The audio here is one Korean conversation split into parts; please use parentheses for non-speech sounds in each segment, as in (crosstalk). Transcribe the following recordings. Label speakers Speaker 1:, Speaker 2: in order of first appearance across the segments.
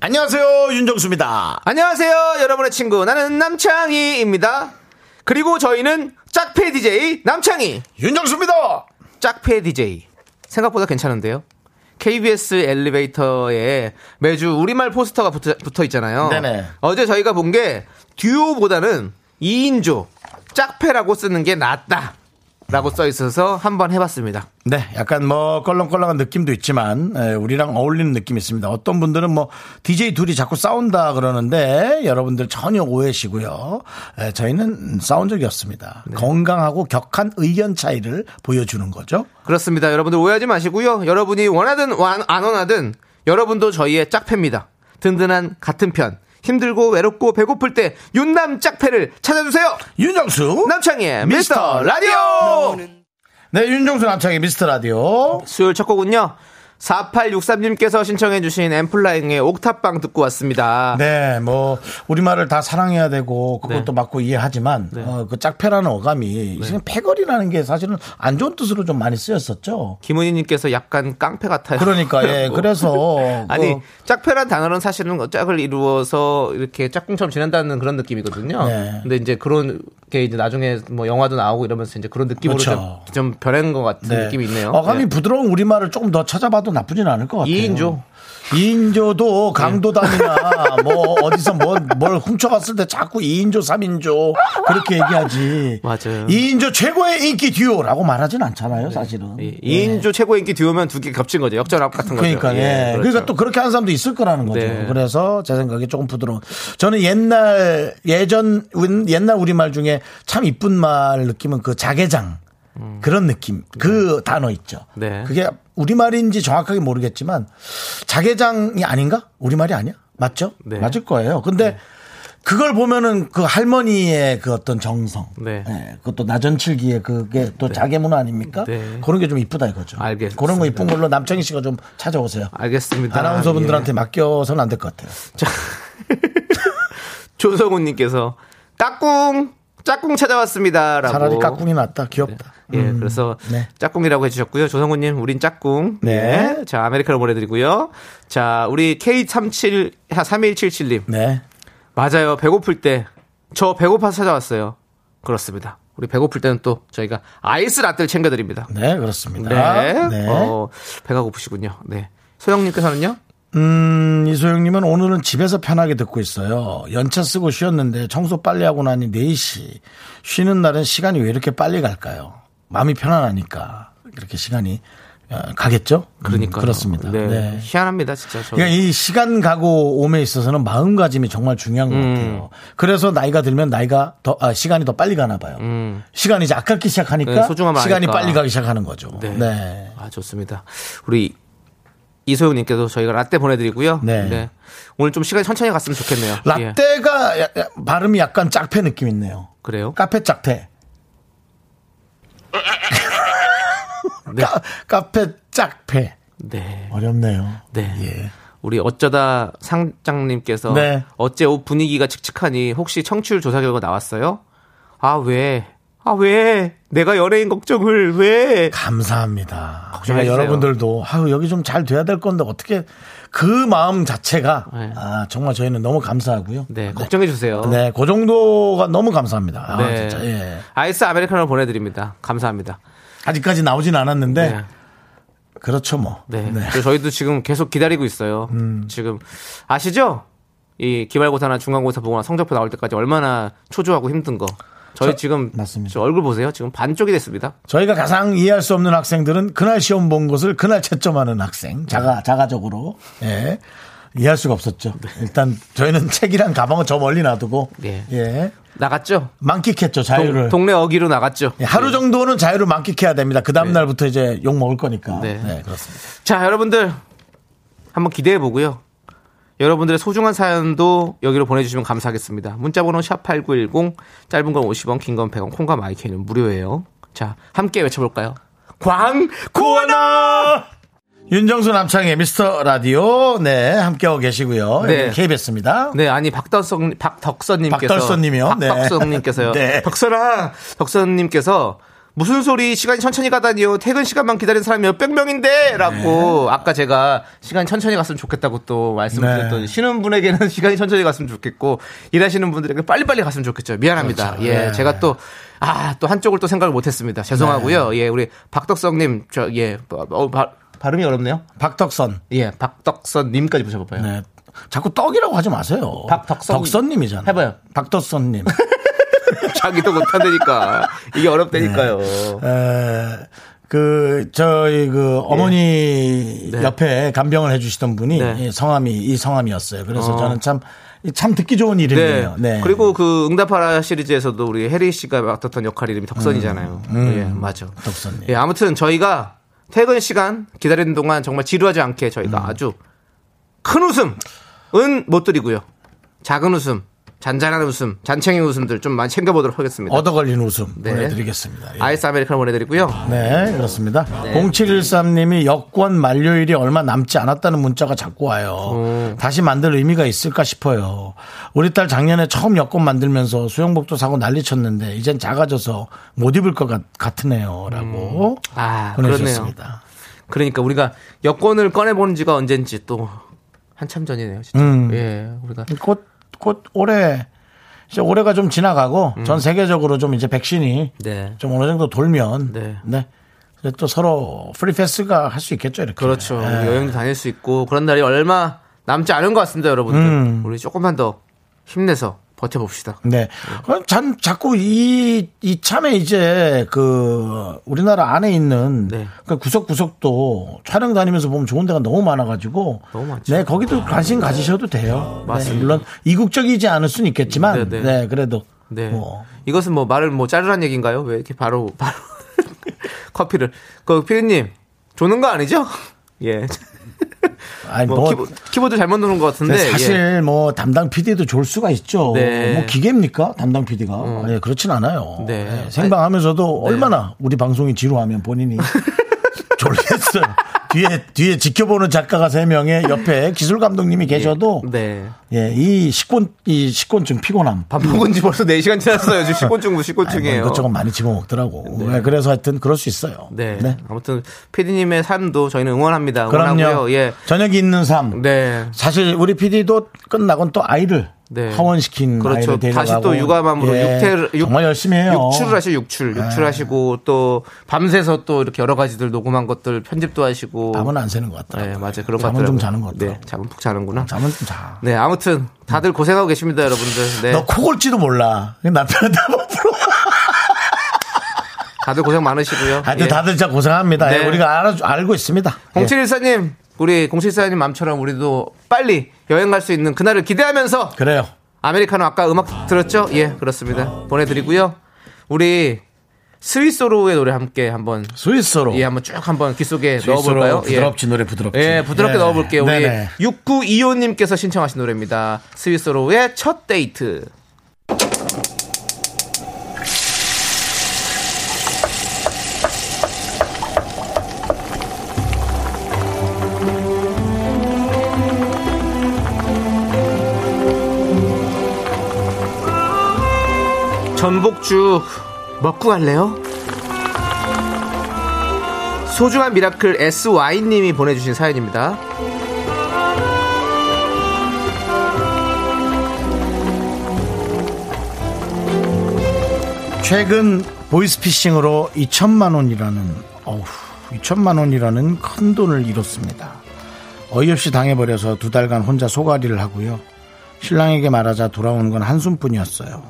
Speaker 1: 안녕하세요 윤정수입니다.
Speaker 2: 안녕하세요, 여러분의 친구. 나는 남창희입니다. 그리고 저희는 짝패 DJ 남창희.
Speaker 1: 윤정수입니다.
Speaker 2: 짝패 DJ. 생각보다 괜찮은데요? KBS 엘리베이터에 매주 우리말 포스터가 붙어, 붙어 있잖아요.
Speaker 1: 네네.
Speaker 2: 어제 저희가 본 게 듀오보다는 2인조 짝패라고 쓰는 게 낫다. 라고 써 있어서 한번 해봤습니다.
Speaker 1: 네, 약간 뭐 껄렁껄렁한 느낌도 있지만 에, 우리랑 어울리는 느낌이 있습니다. 어떤 분들은 뭐 DJ 둘이 자꾸 싸운다 그러는데 여러분들 전혀 오해시고요. 에, 저희는 싸운 적이 없습니다. 건강하고 격한 의견 차이를 보여주는 거죠.
Speaker 2: 그렇습니다. 여러분들 오해하지 마시고요. 여러분이 원하든 완- 안 원하든 여러분도 저희의 짝패입니다. 든든한 같은 편. 힘들고 외롭고 배고플 때 윤남 짝패를 찾아주세요.
Speaker 1: 윤정수
Speaker 2: 남창희의 미스터 라디오.
Speaker 1: 네, 윤정수 남창의 미스터 라디오.
Speaker 2: 수요일 첫 곡은요. 4863님께서 신청해주신 엠플라잉의 옥탑방 듣고 왔습니다.
Speaker 1: 네, 뭐 우리말을 다 사랑해야 되고 그것도
Speaker 2: 네.
Speaker 1: 맞고 이해하지만 어, 그 짝패라는 어감이 지금 패거리라는 게 사실은 안 좋은 뜻으로 좀 많이 쓰였었죠.
Speaker 2: 김은희님께서 약간 깡패 같아요.
Speaker 1: 그러니까
Speaker 2: (laughs)
Speaker 1: 예, 그래서
Speaker 2: 네. 아니
Speaker 1: 그,
Speaker 2: 짝패란 단어는 사실은 뭐 짝을 이루어서 이렇게 짝꿍처럼 지낸다는 그런 느낌이거든요.
Speaker 1: 네.
Speaker 2: 근데 이제 그런 게 이제 나중에 뭐 영화도 나오고 이러면서 이제 그런 느낌으로
Speaker 1: 그렇죠.
Speaker 2: 좀, 좀 변한 것 같은
Speaker 1: 네.
Speaker 2: 느낌이 있네요.
Speaker 1: 어감이
Speaker 2: 네.
Speaker 1: 부드러운 우리말을 조금 더 찾아봐도 나쁘진 않을 것 같아요.
Speaker 2: 이인조. 네.
Speaker 1: 도
Speaker 2: (laughs)
Speaker 1: 강도당이나 뭐 어디서 뭘, 뭘 훔쳐갔을 때 자꾸 2인조, 3인조 그렇게 얘기하지.
Speaker 2: 맞아요.
Speaker 1: 2인조 최고의 인기 듀오라고 말하진 않잖아요, 사실은.
Speaker 2: 이- 이인조 최고 인기 듀오면 두 개 겹친 거죠. 역전압 같은 거죠.
Speaker 1: 예. 그러니까 예. 그러니까또 그렇게 하는 사람도 있을 거라는 거죠.
Speaker 2: 네.
Speaker 1: 그래서 제 생각에 조금 부드러운. 저는 옛날 예전 운- 옛날 우리말 중에 참 이쁜 말 느낌은 그 자개장 그런 느낌 그 단어 있죠.
Speaker 2: 네.
Speaker 1: 그게 우리말인지 정확하게 모르겠지만 자개장이 아닌가? 우리말이 아니야? 맞죠?
Speaker 2: 네.
Speaker 1: 맞을 거예요. 근데 그걸 보면은 그 할머니의 그 어떤 정성,
Speaker 2: 네.
Speaker 1: 예, 그것도 나전칠기의 그게 또 자개 문화 아닙니까?
Speaker 2: 네.
Speaker 1: 그런 게 좀 이쁘다 이거죠.
Speaker 2: 알겠습니다.
Speaker 1: 그런 거 이쁜 걸로 남창희 씨가 좀 찾아오세요.
Speaker 2: 알겠습니다.
Speaker 1: 아나운서분들한테
Speaker 2: 예.
Speaker 1: 맡겨서는 안 될 것 같아요.
Speaker 2: 예. 조성훈님께서 깍꿍 짝꿍 찾아왔습니다라고. 뭐?
Speaker 1: 차라리 깍꿍이 낫다. 귀엽다.
Speaker 2: 예, 그래서
Speaker 1: 네.
Speaker 2: 짝꿍이라고 해주셨고요. 조성훈님, 우린 짝꿍.
Speaker 1: 네.
Speaker 2: 예, 자, 아메리카노 보내드리고요. 자, 우리 K37, 3177님.
Speaker 1: 네.
Speaker 2: 맞아요. 배고플 때. 저 배고파서 찾아왔어요. 그렇습니다. 우리 배고플 때는 또 저희가 아이스 라떼를 챙겨드립니다.
Speaker 1: 네, 그렇습니다.
Speaker 2: 네.
Speaker 1: 네.
Speaker 2: 어, 배가 고프시군요. 네. 소영님께서는요?
Speaker 1: 음, 이소영님은 오늘은 집에서 편하게 듣고 있어요. 연차 쓰고 쉬었는데 청소 빨리 하고 나니 4시. 쉬는 날은 시간이 왜 이렇게 빨리 갈까요? 마음이 편안하니까. 그렇게 시간이 어, 가겠죠? 음,
Speaker 2: 그러니까.
Speaker 1: 그렇습니다.
Speaker 2: 네.
Speaker 1: 네.
Speaker 2: 희한합니다, 진짜. 저
Speaker 1: 그러니까 이 시간 가고 옴에 있어서는 마음가짐이 정말 중요한 것 같아요. 그래서 나이가 들면 나이가 더 아, 시간이 더 빨리 가나 봐요. 시간이 이제 아깝기 시작하니까
Speaker 2: 음. 네, 소중함을
Speaker 1: 시간이
Speaker 2: 아니까.
Speaker 1: 빨리 가기 시작하는 거죠.
Speaker 2: 네.
Speaker 1: 네.
Speaker 2: 아, 좋습니다. 우리 이소영님께도 저희가 라떼 보내드리고요.
Speaker 1: 네.
Speaker 2: 오늘 좀 시간이 천천히 갔으면 좋겠네요. 예.
Speaker 1: 라떼가 야- 야- 발음이 약간 짝패 느낌 있네요.
Speaker 2: 그래요?
Speaker 1: 카페 짝패.
Speaker 2: 네.
Speaker 1: 까- 카페 짝패.
Speaker 2: 네.
Speaker 1: 어렵네요.
Speaker 2: 네.
Speaker 1: 예.
Speaker 2: 우리 어쩌다 상장님께서
Speaker 1: 네.
Speaker 2: 어째 옷 분위기가 칙칙하니 혹시 청취율 조사 결과 나왔어요? 아 왜? 아 왜? 내가 연예인 걱정을 왜?
Speaker 1: 감사합니다. 그러니까
Speaker 2: 걱정 마세요.
Speaker 1: 여러분들도 아유 여기 좀 잘 돼야 될 건데 어떻게 그 마음 자체가
Speaker 2: 네.
Speaker 1: 아, 정말 저희는 너무 감사하고요.
Speaker 2: 네 걱정해 주세요.
Speaker 1: 네, 그 정도가 너무 감사합니다. 아,
Speaker 2: 네.
Speaker 1: 진짜, 예.
Speaker 2: 아이스 아메리카노 보내드립니다. 감사합니다.
Speaker 1: 아직까지 나오진 않았는데,
Speaker 2: 네.
Speaker 1: 그렇죠, 뭐.
Speaker 2: 네.
Speaker 1: 네. 음.
Speaker 2: 그래서 저희도 지금 계속 기다리고 있어요. 지금 아시죠? 이 기말고사나 중간고사 보거나 성적표 나올 때까지 얼마나 초조하고 힘든 거. 저희
Speaker 1: 저-
Speaker 2: 지금
Speaker 1: 맞습니다.
Speaker 2: 저 얼굴 보세요. 지금 반쪽이 됐습니다.
Speaker 1: 저희가 가장 이해할 수 없는 학생들은 그날 시험 본 것을 그날 채점하는 학생,
Speaker 2: 네.
Speaker 1: 자가, 자가적으로, 예. 이해할 수가 없었죠. 일단 저희는 책이랑 가방을 저 멀리 놔두고,
Speaker 2: 네.
Speaker 1: 예.
Speaker 2: 나갔죠?
Speaker 1: 만끽했죠, 자유를.
Speaker 2: 동, 동네 어기로 나갔죠.
Speaker 1: 예, 하루 정도는 자유를 만끽해야 됩니다. 그 다음날부터 이제 욕 먹을 거니까.
Speaker 2: 네.
Speaker 1: 네, 그렇습니다.
Speaker 2: 자, 여러분들 한번 기대해 보고요. 여러분들의 소중한 사연도 여기로 보내주시면 감사하겠습니다. 문자번호 샵8910, 짧은 건 50원, 긴 건 100원, 콩과 마이크는 무료예요. 자, 함께 외쳐볼까요? 광고나!
Speaker 1: 윤정수 남창의 미스터 라디오 네 함께하고 계시고요.
Speaker 2: 네.
Speaker 1: 네. KBS입니다.
Speaker 2: 네, 아니 박덕선 박덕선님께서
Speaker 1: 박덕선님이요? 네. (laughs)
Speaker 2: 박덕선님께서요.
Speaker 1: 네.
Speaker 2: 덕선아, 덕선님께서 무슨 소리 시간이 천천히 가다니요 퇴근 시간만 기다린 사람이 몇백 명인데라고 아까 제가 시간 천천히 갔으면 좋겠다고 또 말씀드렸던
Speaker 1: 네. 네.
Speaker 2: 쉬는 분에게는 (laughs) 시간이 천천히 갔으면 좋겠고 일하시는 분들에게 빨리빨리 갔으면 좋겠죠 미안합니다
Speaker 1: 그렇죠.
Speaker 2: 예
Speaker 1: 네.
Speaker 2: 제가 또 아, 또 한쪽을 또 생각을 못했습니다. 죄송하고요.
Speaker 1: 네.
Speaker 2: 예, 우리 박덕성님, 저, 예, 어, 바- 발음이 어렵네요.
Speaker 1: 박덕선.
Speaker 2: 예, 박덕선님까지 보셔봐요.
Speaker 1: 네. 자꾸 떡이라고 하지 마세요.
Speaker 2: 박덕선-
Speaker 1: 님이잖아요.
Speaker 2: 해봐요.
Speaker 1: (laughs) 박덕선님.
Speaker 2: 자기도 못한다니까 이게 어렵다니까요.
Speaker 1: 네. 에, 그 저희 그 어머니 옆에 간병을 해주시던 분이
Speaker 2: 네.
Speaker 1: 이 성함이 이 성함이었어요. 그래서 저는 참 참 듣기 좋은 이름이에요. 네.
Speaker 2: 그리고 그 응답하라 시리즈에서도 우리 해리 씨가 맡았던 역할 이름이 덕선이잖아요. 예, 맞아.
Speaker 1: 음. 덕선님.
Speaker 2: 예, 아무튼 저희가 퇴근 시간 기다리는 동안 정말 지루하지 않게 저희가
Speaker 1: 음.
Speaker 2: 아주 큰 웃음은 못 드리고요. 작은 웃음, 잔잔한 웃음, 잔챙이 웃음들 좀 많이 챙겨보도록 하겠습니다.
Speaker 1: 얻어 걸린 웃음
Speaker 2: 네.
Speaker 1: 보내드리겠습니다. 예.
Speaker 2: 아이스 아메리카노 보내드리고요.
Speaker 1: 네, 그렇습니다. 0713님이 여권 만료일이 얼마 남지 않았다는 문자가 자꾸
Speaker 2: 어.
Speaker 1: 와요. 다시 만들 의미가 있을까 싶어요. 우리 딸 작년에 처음 여권 만들면서 수영복도 사고 난리 쳤는데 이젠 작아져서 못 입을 것 같, 같으네요. 라고
Speaker 2: 아,
Speaker 1: 보내주셨습니다.
Speaker 2: 그러니까 우리가 여권을 꺼내보는 지가 언젠지 또 한참 전이네요. 진짜.
Speaker 1: 음.
Speaker 2: 예, 우리가
Speaker 1: 곧, 곧 올해, 이제 올해가 좀 지나가고
Speaker 2: 음.
Speaker 1: 전 세계적으로 좀 이제 백신이
Speaker 2: 네.
Speaker 1: 좀 어느 정도 돌면
Speaker 2: 네.
Speaker 1: 네. 또 서로 프리패스가 할 수 있겠죠. 이렇게.
Speaker 2: 그렇죠.
Speaker 1: 예.
Speaker 2: 여행도 다닐 수 있고 그런 날이 얼마 남지 않은 것 같습니다, 여러분들.
Speaker 1: 음.
Speaker 2: 우리 조금만 더 힘내서 버텨봅시다.
Speaker 1: 네. 그럼 잔, 자꾸 이, 이 참에 이제 그 우리나라 안에 있는
Speaker 2: 네.
Speaker 1: 그 구석구석도 촬영 다니면서 보면 좋은 데가 너무 많아가지고.
Speaker 2: 너무 많죠.
Speaker 1: 네. 거기도 관심 가지셔도 돼요.
Speaker 2: 맞습니다.
Speaker 1: 네, 물론 이국적이지 않을 순 있겠지만. 네,
Speaker 2: 네, 네.
Speaker 1: 그래도.
Speaker 2: 네.
Speaker 1: 뭐.
Speaker 2: 이것은 뭐 말을 뭐 자르란 얘기인가요? 왜 이렇게 바로 바로 (laughs) 커피를 그 피디님 조는 거 아니죠? (laughs) 예.
Speaker 1: 아니,
Speaker 2: 뭐
Speaker 1: 뭐.
Speaker 2: 키보, 드 잘못 누른 것 같은데
Speaker 1: 사실
Speaker 2: 예.
Speaker 1: 뭐 담당 PD도 좋을 수가 있죠.
Speaker 2: 네. 어.
Speaker 1: 뭐 기계입니까? 담당 PD가. 예, 그렇진 않아요.
Speaker 2: 네.
Speaker 1: 예, 생방하면서도 얼마나 우리 방송이 지루하면
Speaker 2: (laughs)
Speaker 1: 본인이 졸겠어요. 뒤에 뒤에 지켜보는 작가가 세 명에 옆에 기술 감독님이 계셔도
Speaker 2: 네.
Speaker 1: 예, 이 식곤 이 식곤증 피곤함.
Speaker 2: 밥 먹은 지 벌써 4시간 지났어요. 지금 식곤증,
Speaker 1: 음. 뭐
Speaker 2: 무식곤증이에요.
Speaker 1: 이것저것 많이 집어먹더라고. 예, 그래서 하여튼 그럴 수 있어요.
Speaker 2: 네. 아무튼 피디님의 삶도 저희는 응원합니다.
Speaker 1: 그럼요.
Speaker 2: 응원하고요. 예.
Speaker 1: 저녁이 있는 삶.
Speaker 2: 네.
Speaker 1: 사실 우리 PD도 끝나곤 또 아이를
Speaker 2: 네.
Speaker 1: 하원시킨
Speaker 2: 그렇죠.
Speaker 1: 아이를 데려가고
Speaker 2: 다시 또 육아맘으로
Speaker 1: 예,
Speaker 2: 육퇴를 육-
Speaker 1: 정말 열심히 해요. 예.
Speaker 2: 육출을 하시고 육출, 육출하시고 또 밤새서 또 이렇게 여러 가지들 녹음한 것들 편집도 하시고.
Speaker 1: 밤은 안 새는 것 같더라고요.
Speaker 2: 네, 맞아요. 그런
Speaker 1: 잠은
Speaker 2: 것들.
Speaker 1: 좀 자는 것 같더라고요.
Speaker 2: 네, 잠은 푹 자는구나.
Speaker 1: 잠은 좀 자.
Speaker 2: 네, 아무튼 다들 고생하고 계십니다, 여러분들. 네,
Speaker 1: 너 코골지도 몰라. 그냥 남편한테 한번
Speaker 2: (laughs)
Speaker 1: 물어봐.
Speaker 2: 다들 고생 많으시고요.
Speaker 1: 하여튼
Speaker 2: 예.
Speaker 1: 아, 다들 진짜 고생합니다.
Speaker 2: 네.
Speaker 1: 예, 우리가 알아, 알고 있습니다. 예.
Speaker 2: 0714님, 우리 0714님 맘처럼 우리도 빨리 여행 갈 수 있는 그날을 기대하면서
Speaker 1: 그래요.
Speaker 2: 아메리카노 아까 음악 들었죠? 예, 그렇습니다. 보내드리고요. 우리 스위스로의 노래 함께 한번
Speaker 1: 스위스로.
Speaker 2: 예, 한번 쭉 한번 귀 속에
Speaker 1: 어. 스위스로
Speaker 2: 넣어볼까요?
Speaker 1: 부드럽지,
Speaker 2: 예.
Speaker 1: 노래 부드럽지.
Speaker 2: 예, 부드럽게
Speaker 1: 네.
Speaker 2: 넣어볼게요. 우리
Speaker 1: 네네.
Speaker 2: 6925님께서 신청하신 노래입니다. 스위스로의 첫 데이트. 전복죽 먹고 갈래요? 소중한 미라클 SY님이 보내주신 사연입니다.
Speaker 1: 최근 보이스피싱으로 2천만 원이라는 어우 2천만 원이라는 큰 돈을 잃었습니다. 어이없이 당해버려서 두 달간 혼자 소가리를 하고요. 신랑에게 말하자 돌아오는 건 한숨뿐이었어요.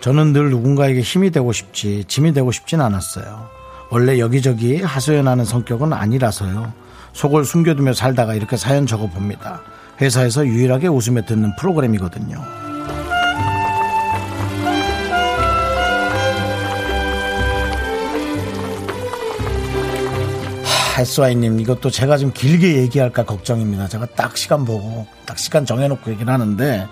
Speaker 1: 저는 늘 누군가에게 힘이 되고 싶지 짐이 되고 싶진 않았어요. 원래 여기저기 하소연하는 성격은 아니라서요. 속을 숨겨두며 살다가 이렇게 사연 적어봅니다. 회사에서 유일하게 웃음에 듣는 프로그램이거든요. 팔수아이님 이것도 제가 좀 길게 얘기할까 걱정입니다. 제가 딱 시간 보고 딱 시간 정해놓고 얘기를 하는데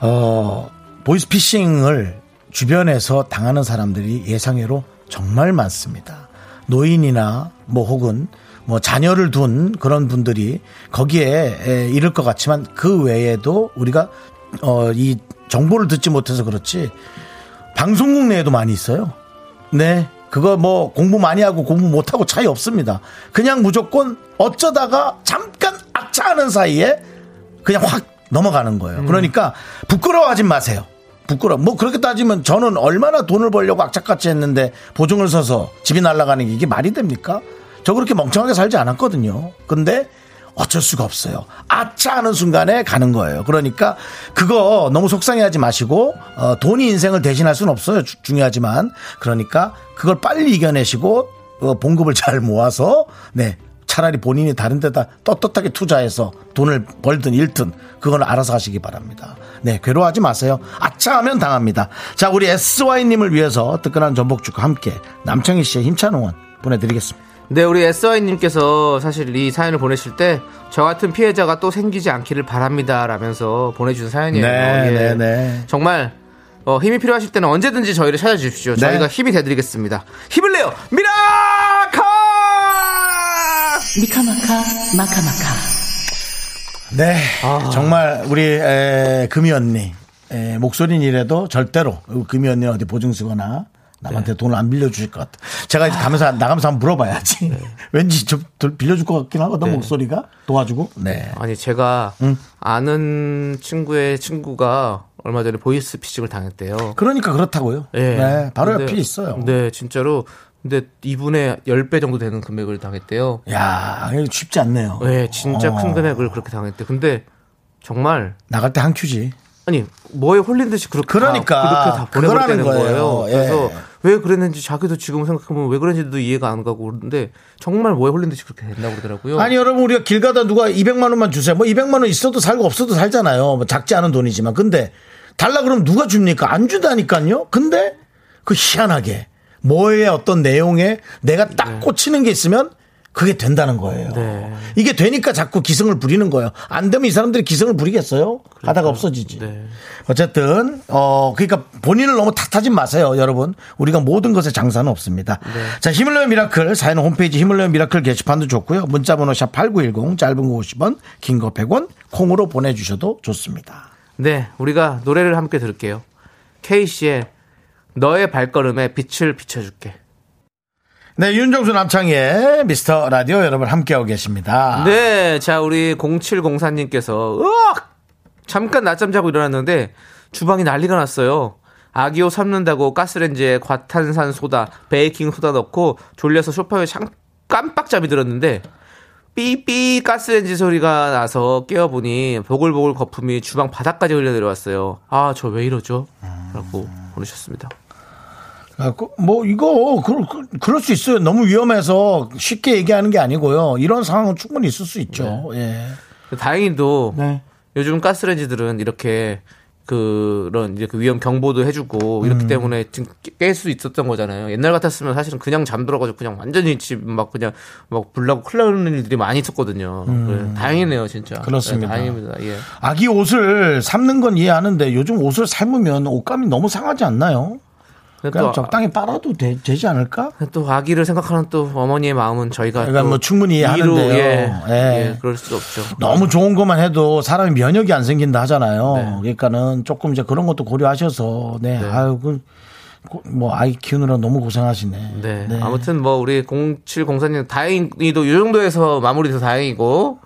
Speaker 1: 어 보이스피싱을 주변에서 당하는 사람들이 예상외로 정말 많습니다. 노인이나 뭐 혹은 뭐 자녀를 둔 그런 분들이 거기에 에, 이를 것 같지만 그 외에도 우리가 어, 이 정보를 듣지 못해서 그렇지 방송국 내에도 많이 있어요. 네. 그거 뭐 공부 많이 하고 공부 못하고 차이 없습니다. 그냥 무조건 어쩌다가 잠깐 악차하는 사이에 그냥 확 넘어가는 거예요. 그러니까 부끄러워하지 마세요. 부끄러워. 뭐 그렇게 따지면 저는 얼마나 돈을 벌려고 악착같이 했는데 보증을 서서 집이 날아가는 게 이게 말이 됩니까? 저 그렇게 멍청하게 살지 않았거든요. 근데 어쩔 수가 없어요. 아차 하는 순간에 가는 거예요. 그러니까 그거 너무 속상해하지 마시고 어, 돈이 인생을 대신할 수는 없어요. 주- 중요하지만 그러니까 그걸 빨리 이겨내시고 어, 봉급을 잘 모아서 네 차라리 본인이 다른 데다 떳떳하게 투자해서 돈을 벌든 잃든 그건 알아서 하시기 바랍니다. 네 괴로워하지 마세요. 아차하면 당합니다. 자 우리 SY님을 위해서 뜨끈한 전복죽과 함께 남창희 씨의 힘찬 응원 보내드리겠습니다.
Speaker 2: 네, 우리 SI님께서 사실 이 사연을 보내실 때 저 같은 피해자가 또 생기지 않기를 바랍니다. 라면서 보내준 사연이에요. 예.
Speaker 1: 네, 네, 네.
Speaker 2: 정말 어, 힘이 필요하실 때는 언제든지 저희를
Speaker 1: 네.
Speaker 2: 찾아주십시오. 저희가 힘이 되드리겠습니다. 힘을 내요! 미라카!
Speaker 3: 미카마카 마카마카
Speaker 1: 네.
Speaker 2: 아.
Speaker 1: 정말 우리 에, 금이 언니 에, 목소리는 이래도 절대로 그 금이 언니 어디 보증 쓰거나 남한테
Speaker 2: 네.
Speaker 1: 돈을 안 빌려주실 것 같아. 제가 이제 가면서 나가면서 한번 물어봐야지.
Speaker 2: 네.
Speaker 1: (laughs) 왠지 좀 덜- 빌려줄 것 같긴 하거든 목소리가 도와주고. 네.
Speaker 2: 아니, 제가
Speaker 1: 음.
Speaker 2: 아는 친구의 친구가 얼마 전에 보이스 피싱을 당했대요.
Speaker 1: 그러니까 그렇다고요.
Speaker 2: 예.
Speaker 1: 네. 바로
Speaker 2: 근데-
Speaker 1: 옆에 있어요.
Speaker 2: 네, 진짜로. 근데 이분의 10배 정도 되는 금액을 당했대요.
Speaker 1: 야, 이거 쉽지 않네요.
Speaker 2: 네, 진짜
Speaker 1: 어,
Speaker 2: 큰 금액을 그렇게 당했대. 근데 정말
Speaker 1: 나갈 때 한 큐지.
Speaker 2: 아니 뭐에 홀린 듯이 그렇게
Speaker 1: 그러니까,
Speaker 2: 다, 그렇게 다
Speaker 1: 그거라는
Speaker 2: 보내버리는 거예요.
Speaker 1: 거예요. 예.
Speaker 2: 그래서 왜 그랬는지 자기도 지금 생각하면 왜 그랬는지도 이해가 안 가고 그러는데 정말 뭐에 홀린 듯이 그렇게 된다고 그러더라고요.
Speaker 1: 아니 여러분 우리가 길 가다 누가 200만 원만 주세요. 뭐 200만 원 있어도 살고 없어도 살잖아요. 뭐 작지 않은 돈이지만 근데 달라 그러면 누가 줍니까? 안 주다니까요. 근데 그 희한하게 뭐에 어떤 내용에 내가 딱 꽂히는 게 있으면 그게 된다는 거예요.
Speaker 2: 네.
Speaker 1: 이게 되니까 자꾸 기승을 부리는 거예요. 안 되면 이 사람들이 기승을 부리겠어요? 하다가 없어지지.
Speaker 2: 네.
Speaker 1: 어쨌든 어 그러니까 본인을 너무 탓하지 마세요, 여러분. 우리가 모든 것에 장사는 없습니다. 자, 힘을 내요 미라클 사연 홈페이지 힘을 내요 미라클 게시판도 좋고요. 문자 번호 샵 8910 짧은 거 50원, 긴 거 100원 콩으로 보내 주셔도 좋습니다.
Speaker 2: 네, 우리가 노래를 함께 들을게요. K 씨의 너의 발걸음에 빛을 비춰줄게.
Speaker 1: 네, 윤정수 남창희의 미스터 라디오 여러분 함께하고 계십니다.
Speaker 2: 네, 자 우리 0704님께서 으악! 잠깐 낮잠 자고 일어났는데 주방이 난리가 났어요. 아기호 삶는다고 가스레인지에 과탄산 소다, 베이킹 소다 넣고 졸려서 소파에 샹- 깜빡 잠이 들었는데 삐삐 가스레인지 소리가 나서 깨어보니 보글보글 거품이 주방 바닥까지 흘려 내려왔어요. 아 저 왜 이러죠? 라고 보내셨습니다.
Speaker 1: 그래갖고 뭐 이거 그, 그, 그럴 수 있어요. 너무 위험해서 쉽게 얘기하는 게 아니고요. 이런 상황은 충분히 있을 수 있죠. 예.
Speaker 2: 다행히도
Speaker 1: 네.
Speaker 2: 요즘 가스레인지들은 이렇게 그런 이제 그 위험 경보도 해주고
Speaker 1: 음.
Speaker 2: 이렇기 때문에 지금 깰 수 있었던 거잖아요. 옛날 같았으면 사실은 그냥 잠들어가지고 그냥 완전히 집 막 그냥 막 불나고 큰일 나는 일들이 많이 있었거든요. 그래, 다행이네요, 진짜.
Speaker 1: 음. 그렇습니다.
Speaker 2: 네, 다행입니다. 예.
Speaker 1: 아기 옷을 삶는 건 이해하는데 요즘 옷을 삶으면 옷감이 너무 상하지 않나요?
Speaker 2: 근데
Speaker 1: 그냥
Speaker 2: 또,
Speaker 1: 적당히 빨아도 되, 지 않을까?
Speaker 2: 아- 또 아기를 생각하는 또 어머니의 마음은 저희가
Speaker 1: 그러니까
Speaker 2: 또
Speaker 1: 뭐 충분히
Speaker 2: 이해로,
Speaker 1: 이해하는데요.
Speaker 2: 예,
Speaker 1: 예.
Speaker 2: 예, 그럴 수 없죠.
Speaker 1: 너무 좋은 것만 해도 사람이 면역이 안 생긴다 하잖아요.
Speaker 2: 네.
Speaker 1: 그러니까는 조금 이제 그런 것도 고려하셔서 네, 아유 그뭐 아이 키우느라 너무 고생하시네.
Speaker 2: 네. 아무튼 뭐 우리 0704님 다행히도 이 정도에서 마무리돼서 다행이고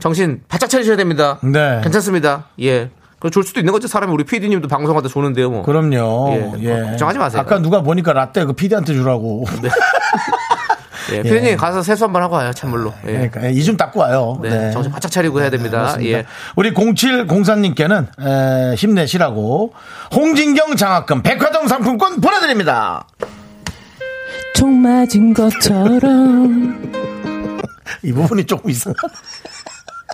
Speaker 2: 정신 바짝 차리셔야 됩니다.
Speaker 1: 네.
Speaker 2: 괜찮습니다. 예. 그줄 수도 있는 거죠. 사람이 우리 PD님도 방송하다 조는데요, 뭐.
Speaker 1: 그럼요.
Speaker 2: 예, 걱정하지 마세요. 네.
Speaker 1: 아까 누가 보니까 라떼 그 피디한테 주라고. (laughs)
Speaker 2: 예. PD님 가서 세수 한 번 하고 와요, 찬물로. 예.
Speaker 1: 그러니까 이 좀 닦고 와요.
Speaker 2: 네. 정신 바짝 차리고 해야 됩니다.
Speaker 1: 그렇습니다.
Speaker 2: 예.
Speaker 1: 우리 0704님께는 힘내시라고 홍진경 장학금 백화점 상품권 보내드립니다.
Speaker 3: 총 맞은 것처럼
Speaker 1: 이 부분이 조금 이상하다.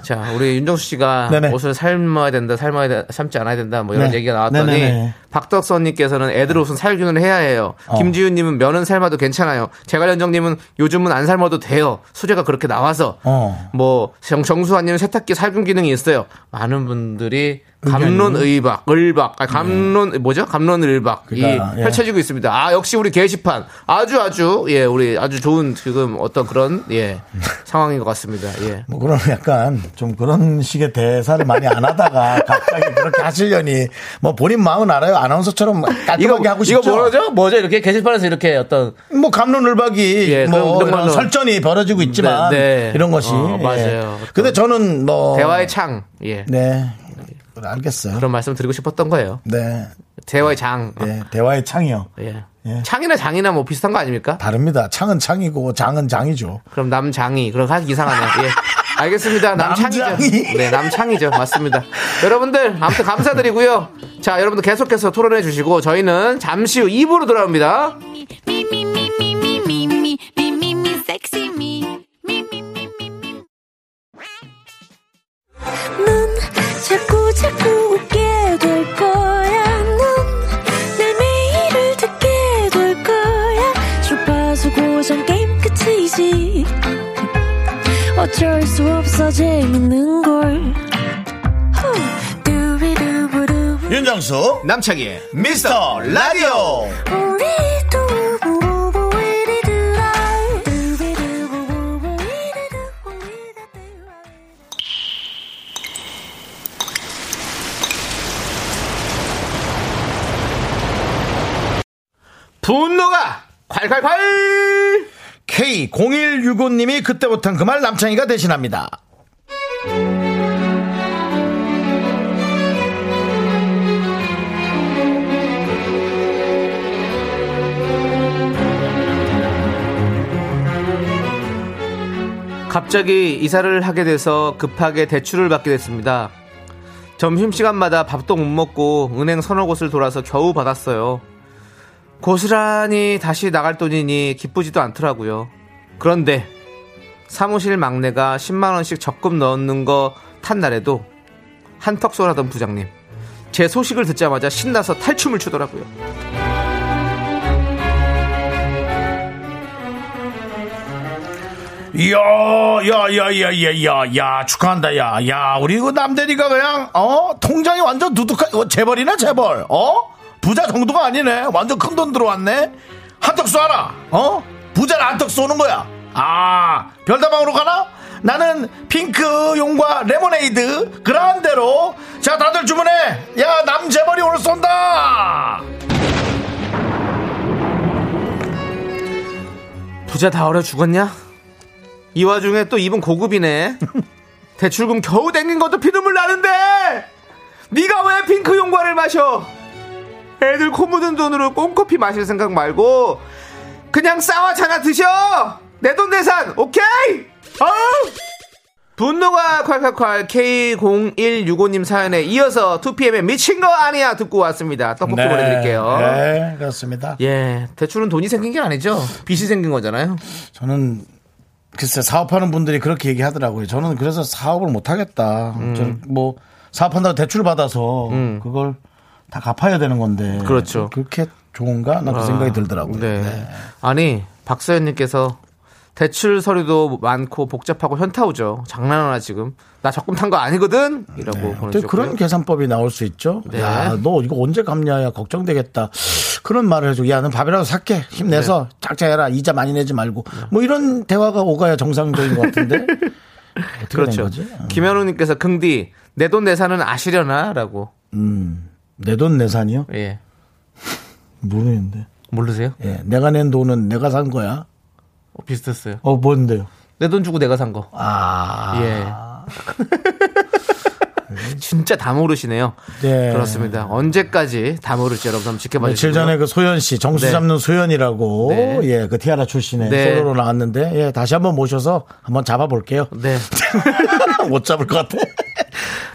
Speaker 2: 자, 우리 윤정수 씨가
Speaker 1: 네네.
Speaker 2: 옷을 삶아야 된다, 삶아야 돼, 삶지 않아야 된다, 뭐 이런
Speaker 1: 네.
Speaker 2: 얘기가 나왔더니
Speaker 1: 네네네. 네. 어.
Speaker 2: 박덕선님께서는 애들 옷은 살균을 해야 해요. 김지윤님은 면은 삶아도 괜찮아요. 재갈연정님은 요즘은 안 삶아도 돼요. 수제가 그렇게 나와서
Speaker 1: 어.
Speaker 2: 뭐 정, 정수환님은 세탁기 살균 기능이 있어요. 많은 분들이
Speaker 1: 의견이. 네.
Speaker 2: 감론의박, 을박, 아, 감론 뭐죠? 감론을박이
Speaker 1: 그러니까, 예.
Speaker 2: 펼쳐지고 있습니다. 아 역시 우리 게시판 아주 아주 예 우리 아주 좋은 지금 어떤 그런
Speaker 1: (laughs)
Speaker 2: 예 상황인 것 같습니다. 예.
Speaker 1: 뭐 그런 약간 좀 그런 식의 대사를 많이 안 (laughs) 하다가 갑자기 그렇게 하시려니 뭐 본인 마음은 알아요. 아나운서처럼 깔끔하게 하고 싶죠.
Speaker 2: 이거 뭐죠? 뭐죠? 이렇게 게시판에서 이렇게 어떤
Speaker 1: 뭐 감론을박이
Speaker 2: 예,
Speaker 1: 뭐
Speaker 2: 그런
Speaker 1: 이런
Speaker 2: 걸로.
Speaker 1: 설전이 벌어지고 있지만
Speaker 2: 네, 네.
Speaker 1: 이런 것이
Speaker 2: 어, 맞아요.
Speaker 1: 예. 근데 저는 뭐
Speaker 2: 대화의 창, 예.
Speaker 1: 네 알겠어요.
Speaker 2: 그런 말씀 드리고 싶었던 거예요.
Speaker 1: 네,
Speaker 2: 대화의 장. 어,
Speaker 1: 예, 대화의 창이요.
Speaker 2: 예.
Speaker 1: 예.
Speaker 2: 창이나 장이나 뭐 비슷한 거 아닙니까?
Speaker 1: 다릅니다. 창은 창이고 장은 장이죠.
Speaker 2: 그럼 남장이. 그럼 아주 이상하네. 예. 알겠습니다. 남창이죠.
Speaker 1: 남장이.
Speaker 2: 네, 남창이죠. 맞습니다. 여러분들, 아무튼 감사드리고요. 자, 여러분들 계속해서 토론해 주시고, 저희는 잠시 후 2부로 돌아옵니다.
Speaker 4: Me, me, me, me, me, me, me, me, me, me, sexy me. Me, me, me, me, me.
Speaker 5: 넌 자꾸 자꾸 웃게 될 거야. 넌내 매일을 듣게 될 거야. 주파수 고정 게임 끝이지. 어쩔 수 없어 재밌는 걸. 후. 두비두부두.
Speaker 1: 예. 윤정수
Speaker 2: 남창이의
Speaker 1: 미스터 라디오.
Speaker 5: 우리 두부부부 우리 두라. 두비두부부부 우리 두부 우리 두라.
Speaker 2: 분노가 콸콸콸!
Speaker 1: K0165님이 그때 못한 그 말 남창희가 대신합니다.
Speaker 2: 갑자기 이사를 하게 돼서 급하게 대출을 받게 됐습니다. 점심시간마다 밥도 못 먹고 은행 서너 곳을 돌아서 겨우 받았어요. 고스란히 다시 나갈 돈이니 기쁘지도 않더라고요. 그런데 사무실 막내가 10만원씩 적금 넣는 거 탄 날에도 한턱 쏠하던 부장님. 제 소식을 듣자마자 신나서 탈춤을 추더라고요.
Speaker 1: 이야, 야, 야, 야, 야, 야, 야, 축하한다, 야, 야, 우리 그 남대리가 그냥, 어? 통장이 완전 두둑한, 어, 재벌이네, 재벌. 어? 부자 정도가 아니네. 완전 큰 돈 들어왔네. 한턱 쏴라, 어? 부자를 한턱 쏘는 거야. 아, 별다방으로 가나? 나는 핑크 용과 레모네이드, 그라한데로. 자, 다들 주문해. 야, 남 재벌이 오늘 쏜다!
Speaker 2: 부자 다 얼어 죽었냐? 이 와중에 또 입은 고급이네. 대출금 겨우 댕긴 것도 피눈물 나는데 네가 왜 핑크 용과를 마셔? 애들 코 묻은 돈으로 꼼꼼히 마실 생각 말고 그냥 싸와 자나 드셔. 내 돈 내산 오케이. 어우! 분노가 콸콸콸 K0165님 사연에 이어서 2PM의 미친 거 아니야 듣고 왔습니다. 떡볶이 보내드릴게요.
Speaker 1: 네, 그렇습니다.
Speaker 2: 예, 대출은 돈이 생긴 게 아니죠. 빚이 생긴 거잖아요.
Speaker 1: 저는 글쎄 사업하는 분들이 그렇게 얘기하더라고요. 저는 그래서 사업을 못 하겠다.
Speaker 2: 음.
Speaker 1: 저는 뭐 사업한다고 대출 받아서 그걸 다 갚아야 되는 건데.
Speaker 2: 그렇죠. 아.
Speaker 1: 그렇게 좋은가? 나 그 생각이 들더라고요.
Speaker 2: 네. 아니 박서연님께서 대출 서류도 많고 복잡하고 현타 오죠. 장난하나 지금? 나 적금 탄 거 아니거든. 이라고
Speaker 1: 어떻게
Speaker 2: 보내주셨고요.
Speaker 1: 네. 그런 계산법이 나올 수 있죠?
Speaker 2: 네.
Speaker 1: 야, 너 이거 언제 갚냐야 걱정되겠다. 그런 말을 해줘. 야, 넌 밥이라도 살게. 힘내서
Speaker 2: 네.
Speaker 1: 짝짝해라. 이자 많이 내지 말고. 뭐 이런 대화가 오가야 정상적인 것
Speaker 2: (laughs)
Speaker 1: 같은데. 어떻게 된
Speaker 2: 그렇죠.
Speaker 1: 거지? 음.
Speaker 2: 김현우님께서 긍디 내 돈 내산은 아시려나라고.
Speaker 1: 내 돈 내산이요?
Speaker 2: 예.
Speaker 1: 모르겠는데.
Speaker 2: 모르세요?
Speaker 1: 예, 내가 낸 돈은 내가 산 거야.
Speaker 2: 어, 비슷했어요.
Speaker 1: 어, 뭔데요?
Speaker 2: 내 돈 주고 내가 산 거.
Speaker 1: 아,
Speaker 2: 예. 진짜 다 모르시네요.
Speaker 1: 음. 네.
Speaker 2: 그렇습니다. 언제까지 다 모를지 여러분 한번 지켜봐
Speaker 1: 며칠
Speaker 2: 주시고요.
Speaker 1: 전에 그 소연 씨, 정수
Speaker 2: 네.
Speaker 1: 잡는 소연이라고,
Speaker 2: 네.
Speaker 1: 예, 그 티아라 출신의
Speaker 2: 네.
Speaker 1: 솔로로 나왔는데, (laughs) 예,
Speaker 2: (laughs)
Speaker 1: 다시 한번 모셔서 한번 잡아볼게요.
Speaker 2: 네.
Speaker 1: 못 잡을 것 같아.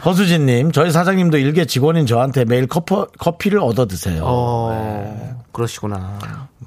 Speaker 1: 허수진님, 저희 사장님도 일개 직원인 저한테 매일 커피, 커피를 얻어 드세요.
Speaker 2: 어, 그러시구나.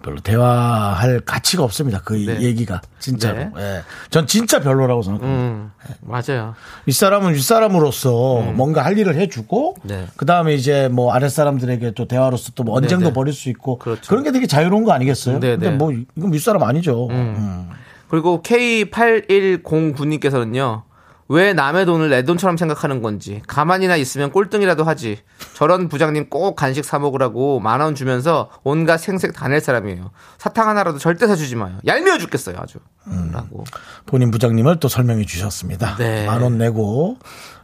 Speaker 1: 별로 대화할 가치가 없습니다. 그
Speaker 2: 네.
Speaker 1: 얘기가 진짜로.
Speaker 2: 네.
Speaker 1: 예. 전 진짜 별로라고 생각합니다.
Speaker 2: 음,
Speaker 1: 네.
Speaker 2: 맞아요.
Speaker 1: 윗사람은 윗사람으로서 뭔가 할 일을 해주고
Speaker 2: 음. 네.
Speaker 1: 그다음에 이제 뭐 아랫사람들에게 또 대화로서 또뭐 언쟁도
Speaker 2: 네, 네.
Speaker 1: 벌일 수 있고 그
Speaker 2: 그렇죠.
Speaker 1: 런게 되게 자유로운 거 아니겠어요?
Speaker 2: 네,
Speaker 1: 근데
Speaker 2: 네.
Speaker 1: 뭐 이건 윗사람 아니죠. 음.
Speaker 2: 그리고 K8109님께서는요. 왜 남의 돈을 내 돈처럼 생각하는 건지 가만히나 있으면 꼴등이라도 하지 저런 부장님 꼭 간식 사 먹으라고 만 원 주면서 온갖 생색 다 낼 사람이에요 사탕 하나라도 절대 사주지 마요 얄미워 죽겠어요 아주
Speaker 1: 음.
Speaker 2: 라고
Speaker 1: 본인 부장님을 또 설명해 주셨습니다.
Speaker 2: 네.
Speaker 1: 만 원 내고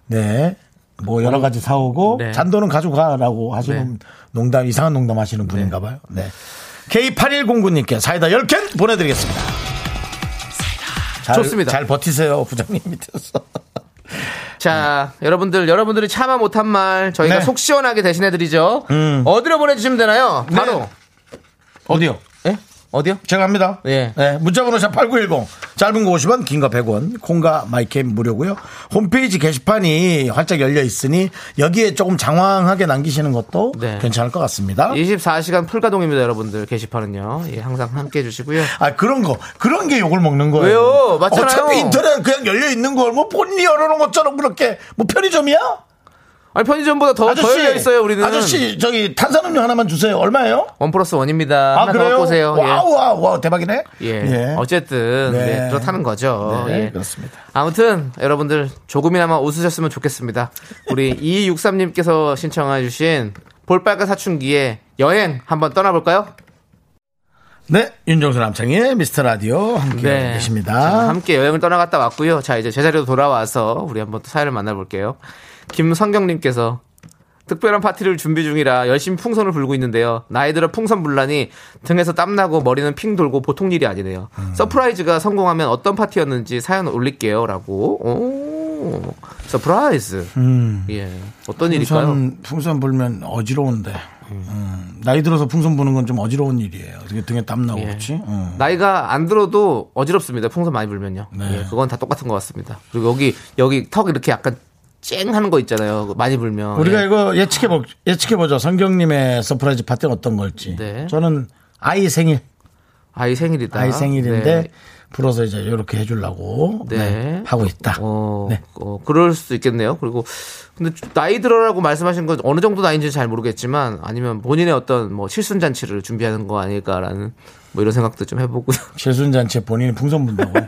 Speaker 1: 네. 뭐 여러 가지 사오고
Speaker 2: 네.
Speaker 1: 잔돈은 가져가라고 하시는
Speaker 2: 네.
Speaker 1: 농담 이상한 농담 하시는 분인가 봐요. 네. K8109님께 사이다 10캔 보내드리겠습니다. 잘,
Speaker 2: 좋습니다.
Speaker 1: 잘 버티세요 부장님 밑에서.
Speaker 2: 자 여러분들 여러분들이 참아 못한 말 저희가
Speaker 1: 네. 음.
Speaker 2: 속 시원하게 대신해 드리죠 어디로 보내주시면 되나요 바로
Speaker 1: 네. 어디요?
Speaker 2: 예 어디요
Speaker 1: 제가 합니다.
Speaker 2: 예.
Speaker 1: 네, 문자번호 샵 8910. 짧은 거 50원, 긴 거 100원. 콩과 마이캠 무료고요. 홈페이지 게시판이 활짝 열려 있으니 여기에 조금 장황하게 남기시는 것도
Speaker 2: 네.
Speaker 1: 괜찮을 것 같습니다.
Speaker 2: 24시간 풀가동입니다 여러분들 게시판은요 예, 항상 함께 해주시고요
Speaker 1: 아 그런 거 그런 게 욕을 먹는 거예요.
Speaker 2: 왜요? 맞잖아요.
Speaker 1: 어차피 인터넷 그냥 열려 있는 걸 뭐 본리 열어놓은 것처럼 그렇게 뭐 편의점이야?
Speaker 2: 아니 편의점보다 더
Speaker 1: 아저씨
Speaker 2: 더열려 있어요 우리는
Speaker 1: 아저씨 저기 탄산음료 하나만 주세요. 얼마예요?
Speaker 2: 원 플러스 원입니다.
Speaker 1: 아
Speaker 2: 하나
Speaker 1: 그래요?
Speaker 2: 더 보세요.
Speaker 1: 와우 와우 와우 대박이네.
Speaker 2: 예. 예. 어쨌든
Speaker 1: 네.
Speaker 2: 예, 그렇다는 거죠.
Speaker 1: 네,
Speaker 2: 예.
Speaker 1: 그렇습니다.
Speaker 2: 아무튼 여러분들 조금이나마 웃으셨으면 좋겠습니다. 우리 (laughs) 2263님께서 신청해주신 볼빨간 사춘기의 여행 한번 떠나볼까요?
Speaker 1: 네, 윤정수 남창의 미스터 라디오 함께
Speaker 2: 자,
Speaker 1: 계십니다.
Speaker 2: 네. 함께 여행을 떠나갔다 왔고요. 자, 이제 제자리로 돌아와서 우리 한번 또 사연을 만나볼게요. 김성경님께서 특별한 파티를 준비 중이라 열심히 풍선을 불고 있는데요. 나이 들어 풍선 분란이 등에서 땀나고 머리는 핑 돌고 보통 일이 아니네요.
Speaker 1: 음.
Speaker 2: 서프라이즈가 성공하면 어떤 파티였는지 사연 올릴게요. 라고. 오, 서프라이즈. 예. 어떤
Speaker 1: 음.
Speaker 2: 일일까요?
Speaker 1: 풍선 풍선 불면 어지러운데 음, 나이 들어서 풍선 부는 건 좀 어지러운 일이에요. 되게 등에 땀 나고
Speaker 2: 예.
Speaker 1: 그렇지. 음.
Speaker 2: 나이가 안 들어도 어지럽습니다. 풍선 많이 불면요.
Speaker 1: 네.
Speaker 2: 예, 그건 다 똑같은 것 같습니다. 그리고 여기 여기 턱 이렇게 약간 쨍 하는 거 있잖아요. 그거 많이 불면
Speaker 1: 우리가
Speaker 2: 예.
Speaker 1: 이거 예측해 보 예측해 보죠. 성경님의 서프라이즈 파티는 어떤 걸지.
Speaker 2: 네.
Speaker 1: 저는 아이 생일
Speaker 2: 아이 생일이다.
Speaker 1: 아이 생일인데
Speaker 2: 네.
Speaker 1: 불어서 이제 이렇게 해주려고
Speaker 2: 네.
Speaker 1: 네, 하고 있다.
Speaker 2: 어,
Speaker 1: 네.
Speaker 2: 어, 그럴 수도 있겠네요. 그리고 근데 나이 들어라고 말씀하신 건 어느 정도 나이인지 잘 모르겠지만 아니면 본인의 어떤 뭐 칠순 잔치를 준비하는 거 아닐까라는 뭐 이런 생각도 좀 해보고요. (laughs)
Speaker 1: 실순잔치에 본인이 풍선 분다고. 요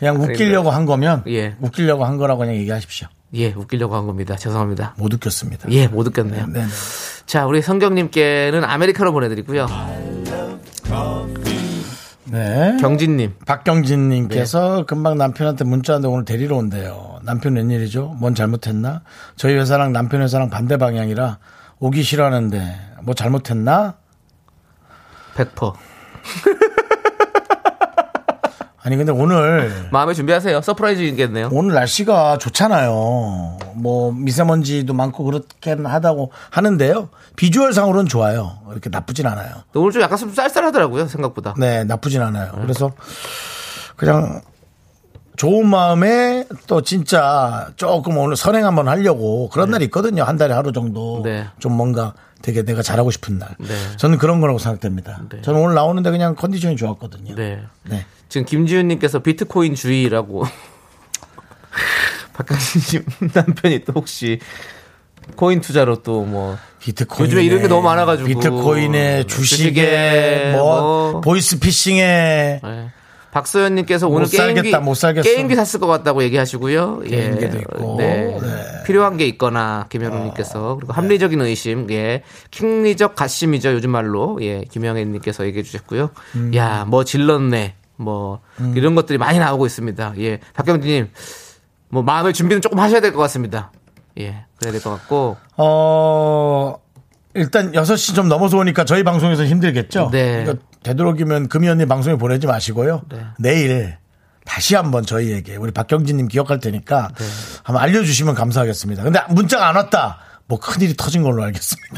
Speaker 1: 그냥 웃기려고 한 거면
Speaker 2: 예.
Speaker 1: 웃기려고 한 거라고 그냥 얘기하십시오.
Speaker 2: 예, 웃기려고 한 겁니다. 죄송합니다.
Speaker 1: 못 웃겼습니다.
Speaker 2: 예, 못 웃겼네요.
Speaker 1: 네, 네.
Speaker 2: 자, 우리 성경님께는 아메리카노 보내드리고요.
Speaker 1: 네.
Speaker 2: 경진님.
Speaker 1: 박경진님께서 금방 남편한테 문자 왔는데 오늘 데리러 온대요. 남편 웬일이죠? 뭔 잘못했나? 저희 회사랑 남편 회사랑 반대 방향이라 오기 싫어하는데 뭐 잘못했나?
Speaker 2: 100%.
Speaker 1: 아니 근데 오늘
Speaker 2: 마음에 준비하세요. 서프라이즈겠네요.
Speaker 1: 오늘 날씨가 좋잖아요. 뭐 미세먼지도 많고 그렇긴 하다고 하는데요. 비주얼상으로는 좋아요. 이렇게 나쁘진 않아요.
Speaker 2: 오늘 좀 약간 좀 쌀쌀하더라고요. 생각보다.
Speaker 1: 네, 나쁘진 않아요. 그래서 그냥 좋은 마음에 또 진짜 조금 오늘 선행 한번 하려고 그런 날이 있거든요. 한 달에 하루 정도
Speaker 2: 네.
Speaker 1: 좀 뭔가 되게 내가 잘하고 싶은 날.
Speaker 2: 네.
Speaker 1: 저는 그런 거라고 생각됩니다.
Speaker 2: 네.
Speaker 1: 저는 오늘 나오는데 그냥 컨디션이 좋았거든요.
Speaker 2: 네.
Speaker 1: 네.
Speaker 2: 지금 김지윤님께서 비트코인 주의라고. (laughs) 박강신님 남편이 또 혹시 코인 투자로 또 뭐
Speaker 1: 비트코인
Speaker 2: 요즘에 이런 게 너무 많아가지고.
Speaker 1: 비트코인에 주식에
Speaker 2: 주식에
Speaker 1: 뭐,
Speaker 2: 뭐.
Speaker 1: 보이스피싱에
Speaker 2: 예. 박소연님께서
Speaker 1: 못
Speaker 2: 오늘
Speaker 1: 살겠다,
Speaker 2: 게임기
Speaker 1: 못 살겠어.
Speaker 2: 게임기 샀을 것 같다고 얘기하시고요. 예.
Speaker 1: 게임기도 있고.
Speaker 2: 네.
Speaker 1: 네. 아,
Speaker 2: 필요한 게 있거나 김현우님께서 그리고 합리적인 의심, 예, 킹리적 가심이죠 요즘 말로 예, 김영애님께서 얘기해 주셨고요.
Speaker 1: 음.
Speaker 2: 야, 뭐 질렀네, 뭐 이런 것들이 많이 나오고 있습니다. 예, 박경진님, 뭐 마음의 준비는 조금 하셔야 될 것 같습니다. 예, 그래야 될 것 같고,
Speaker 1: 어, 일단 6시 좀 넘어서 오니까 저희 방송에서 힘들겠죠?
Speaker 2: 네.
Speaker 1: 그러니까 되도록이면 금이 언니 방송에 보내지 마시고요. 내일 다시 한번 저희에게 우리 박경진님 기억할 테니까 한번 알려주시면 감사하겠습니다. 근데 문자가 안 왔다. 뭐 큰일이 터진 걸로 알겠습니다.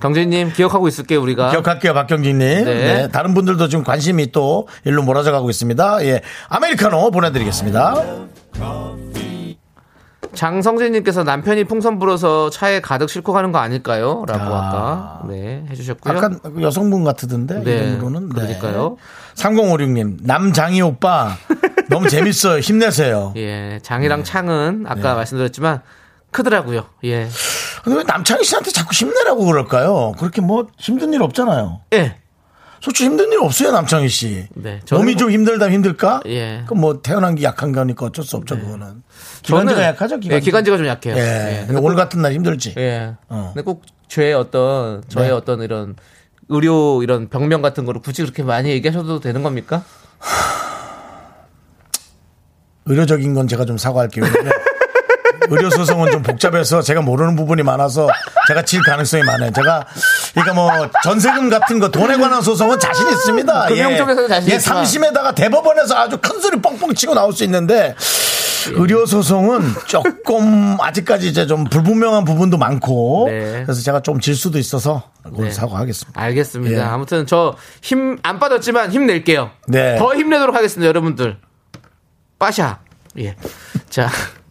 Speaker 2: 경진님 기억하고 있을게 요 우리가.
Speaker 1: 기억할게요, 박경진님. 네. 다른 분들도 지금 관심이 또 일로 몰아져 가고 있습니다. 예. 아메리카노 보내드리겠습니다.
Speaker 2: 장성진님께서 남편이 풍선 불어서 차에 가득 싣고 가는 거 아닐까요? 라고
Speaker 1: 아.
Speaker 2: 아. 까네 해주셨고요.
Speaker 1: 약간 그 여성분 같으던데
Speaker 2: 네,
Speaker 1: 이름으로는 네.
Speaker 2: 그러니까요.
Speaker 1: 3056님 남장희 오빠 너무 재밌어요 힘내세요
Speaker 2: (laughs) 예,
Speaker 1: 네.
Speaker 2: 장이랑 창은 아까 말씀드렸지만 크더라고요. 예,
Speaker 1: 근데 왜 남창희 씨한테 자꾸 힘내라고 그럴까요 그렇게 뭐 힘든 일 없잖아요
Speaker 2: 예,
Speaker 1: 솔직히 힘든 일 없어요 남창희 씨
Speaker 2: 네, 저는
Speaker 1: 몸이
Speaker 2: 뭐-
Speaker 1: 좀 힘들다 힘들까
Speaker 2: 예. 네.
Speaker 1: 그럼 뭐 태어난 게 약한 거니까 어쩔 수 없죠 그거는 기관지가
Speaker 2: 저는-
Speaker 1: 약하죠 기관지
Speaker 2: 예, 기관지가 좀 약해요.
Speaker 1: 예.
Speaker 2: 예.
Speaker 1: 오늘 같은 날 힘들지
Speaker 2: 예.
Speaker 1: 어.
Speaker 2: 근데 꼭 죄의 어떤 저의
Speaker 1: 네.
Speaker 2: 어떤 이런 의료 이런 병명 같은 거를 굳이 그렇게 많이 얘기하셔도 되는 겁니까?
Speaker 1: 의료적인 건 제가 좀 사과할게요. 왜냐면 의료 소송은 좀 복잡해서 제가 모르는 부분이 많아서 제가 질 가능성이 많아요. 제가 그러니까 뭐 전세금 같은 거 돈에 관한 소송은 자신 있습니다.
Speaker 2: 음, 금융 쪽에서는 자신
Speaker 1: 예,
Speaker 2: 있지만.
Speaker 1: 상심에다가 대법원에서 아주 큰 소리 뻥뻥 치고 나올 수 있는데 의료 소송은 조금 아직까지 이제 좀 불분명한 부분도 많고
Speaker 2: 네.
Speaker 1: 그래서 제가 좀 질 수도 있어서 그건
Speaker 2: 네.
Speaker 1: 사과하겠습니다.
Speaker 2: 알겠습니다.
Speaker 1: 예.
Speaker 2: 아무튼 저 힘 안 빠졌지만 힘낼게요.
Speaker 1: 네.
Speaker 2: 더 힘내도록 하겠습니다, 여러분들. 빠샤. 예. 자. (laughs)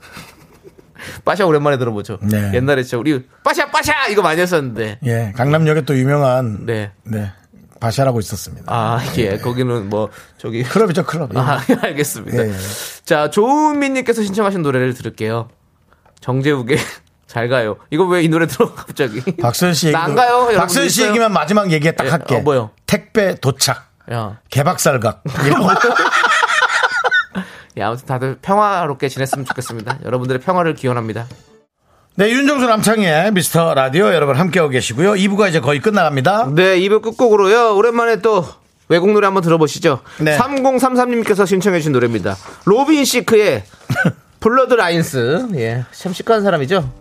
Speaker 2: 빠샤 오랜만에 들어보죠.
Speaker 1: 네.
Speaker 2: 옛날에 진짜 우리 빠샤 빠샤 이거 많이 했었는데.
Speaker 1: 예, 강남역에 또 유명한 네,
Speaker 2: 네.
Speaker 1: 바샤라고 있었습니다.
Speaker 2: 아, 예. 거기는 뭐 저기 (laughs)
Speaker 1: 클럽이죠, 클럽. 예.
Speaker 2: 아, 알겠습니다.
Speaker 1: 예, 예.
Speaker 2: 자, 조은민님께서 신청하신 노래를 들을게요. 정재욱의 (laughs) 잘 가요. 이거 왜 이 노래 들어 갑자기?
Speaker 1: 박선 씨 얘기.
Speaker 2: 나안 가요. 여러분
Speaker 1: 박선 씨
Speaker 2: 있어요?
Speaker 1: 얘기만 마지막 얘기에 딱
Speaker 2: 예,
Speaker 1: 할게.
Speaker 2: 어, 뭐요?
Speaker 1: 택배 도착.
Speaker 2: 야,
Speaker 1: 개박살각. 이런
Speaker 2: (laughs)
Speaker 1: 거.
Speaker 2: 야, 예, 아무튼 다들 평화롭게 지냈으면 좋겠습니다. (laughs) 여러분들의 평화를 기원합니다.
Speaker 1: 네, 윤정수 남창의 미스터 라디오 여러분 함께하고 계시고요. 2부가 이제 거의 끝나갑니다.
Speaker 2: 네, 2부 끝곡으로요. 오랜만에 또 외국 노래 한번 들어보시죠.
Speaker 1: 네.
Speaker 2: 3033님께서 신청해주신 노래입니다.
Speaker 1: (laughs)
Speaker 2: 로빈 시크의 블러드 라인스. 예, 참 시크한 사람이죠.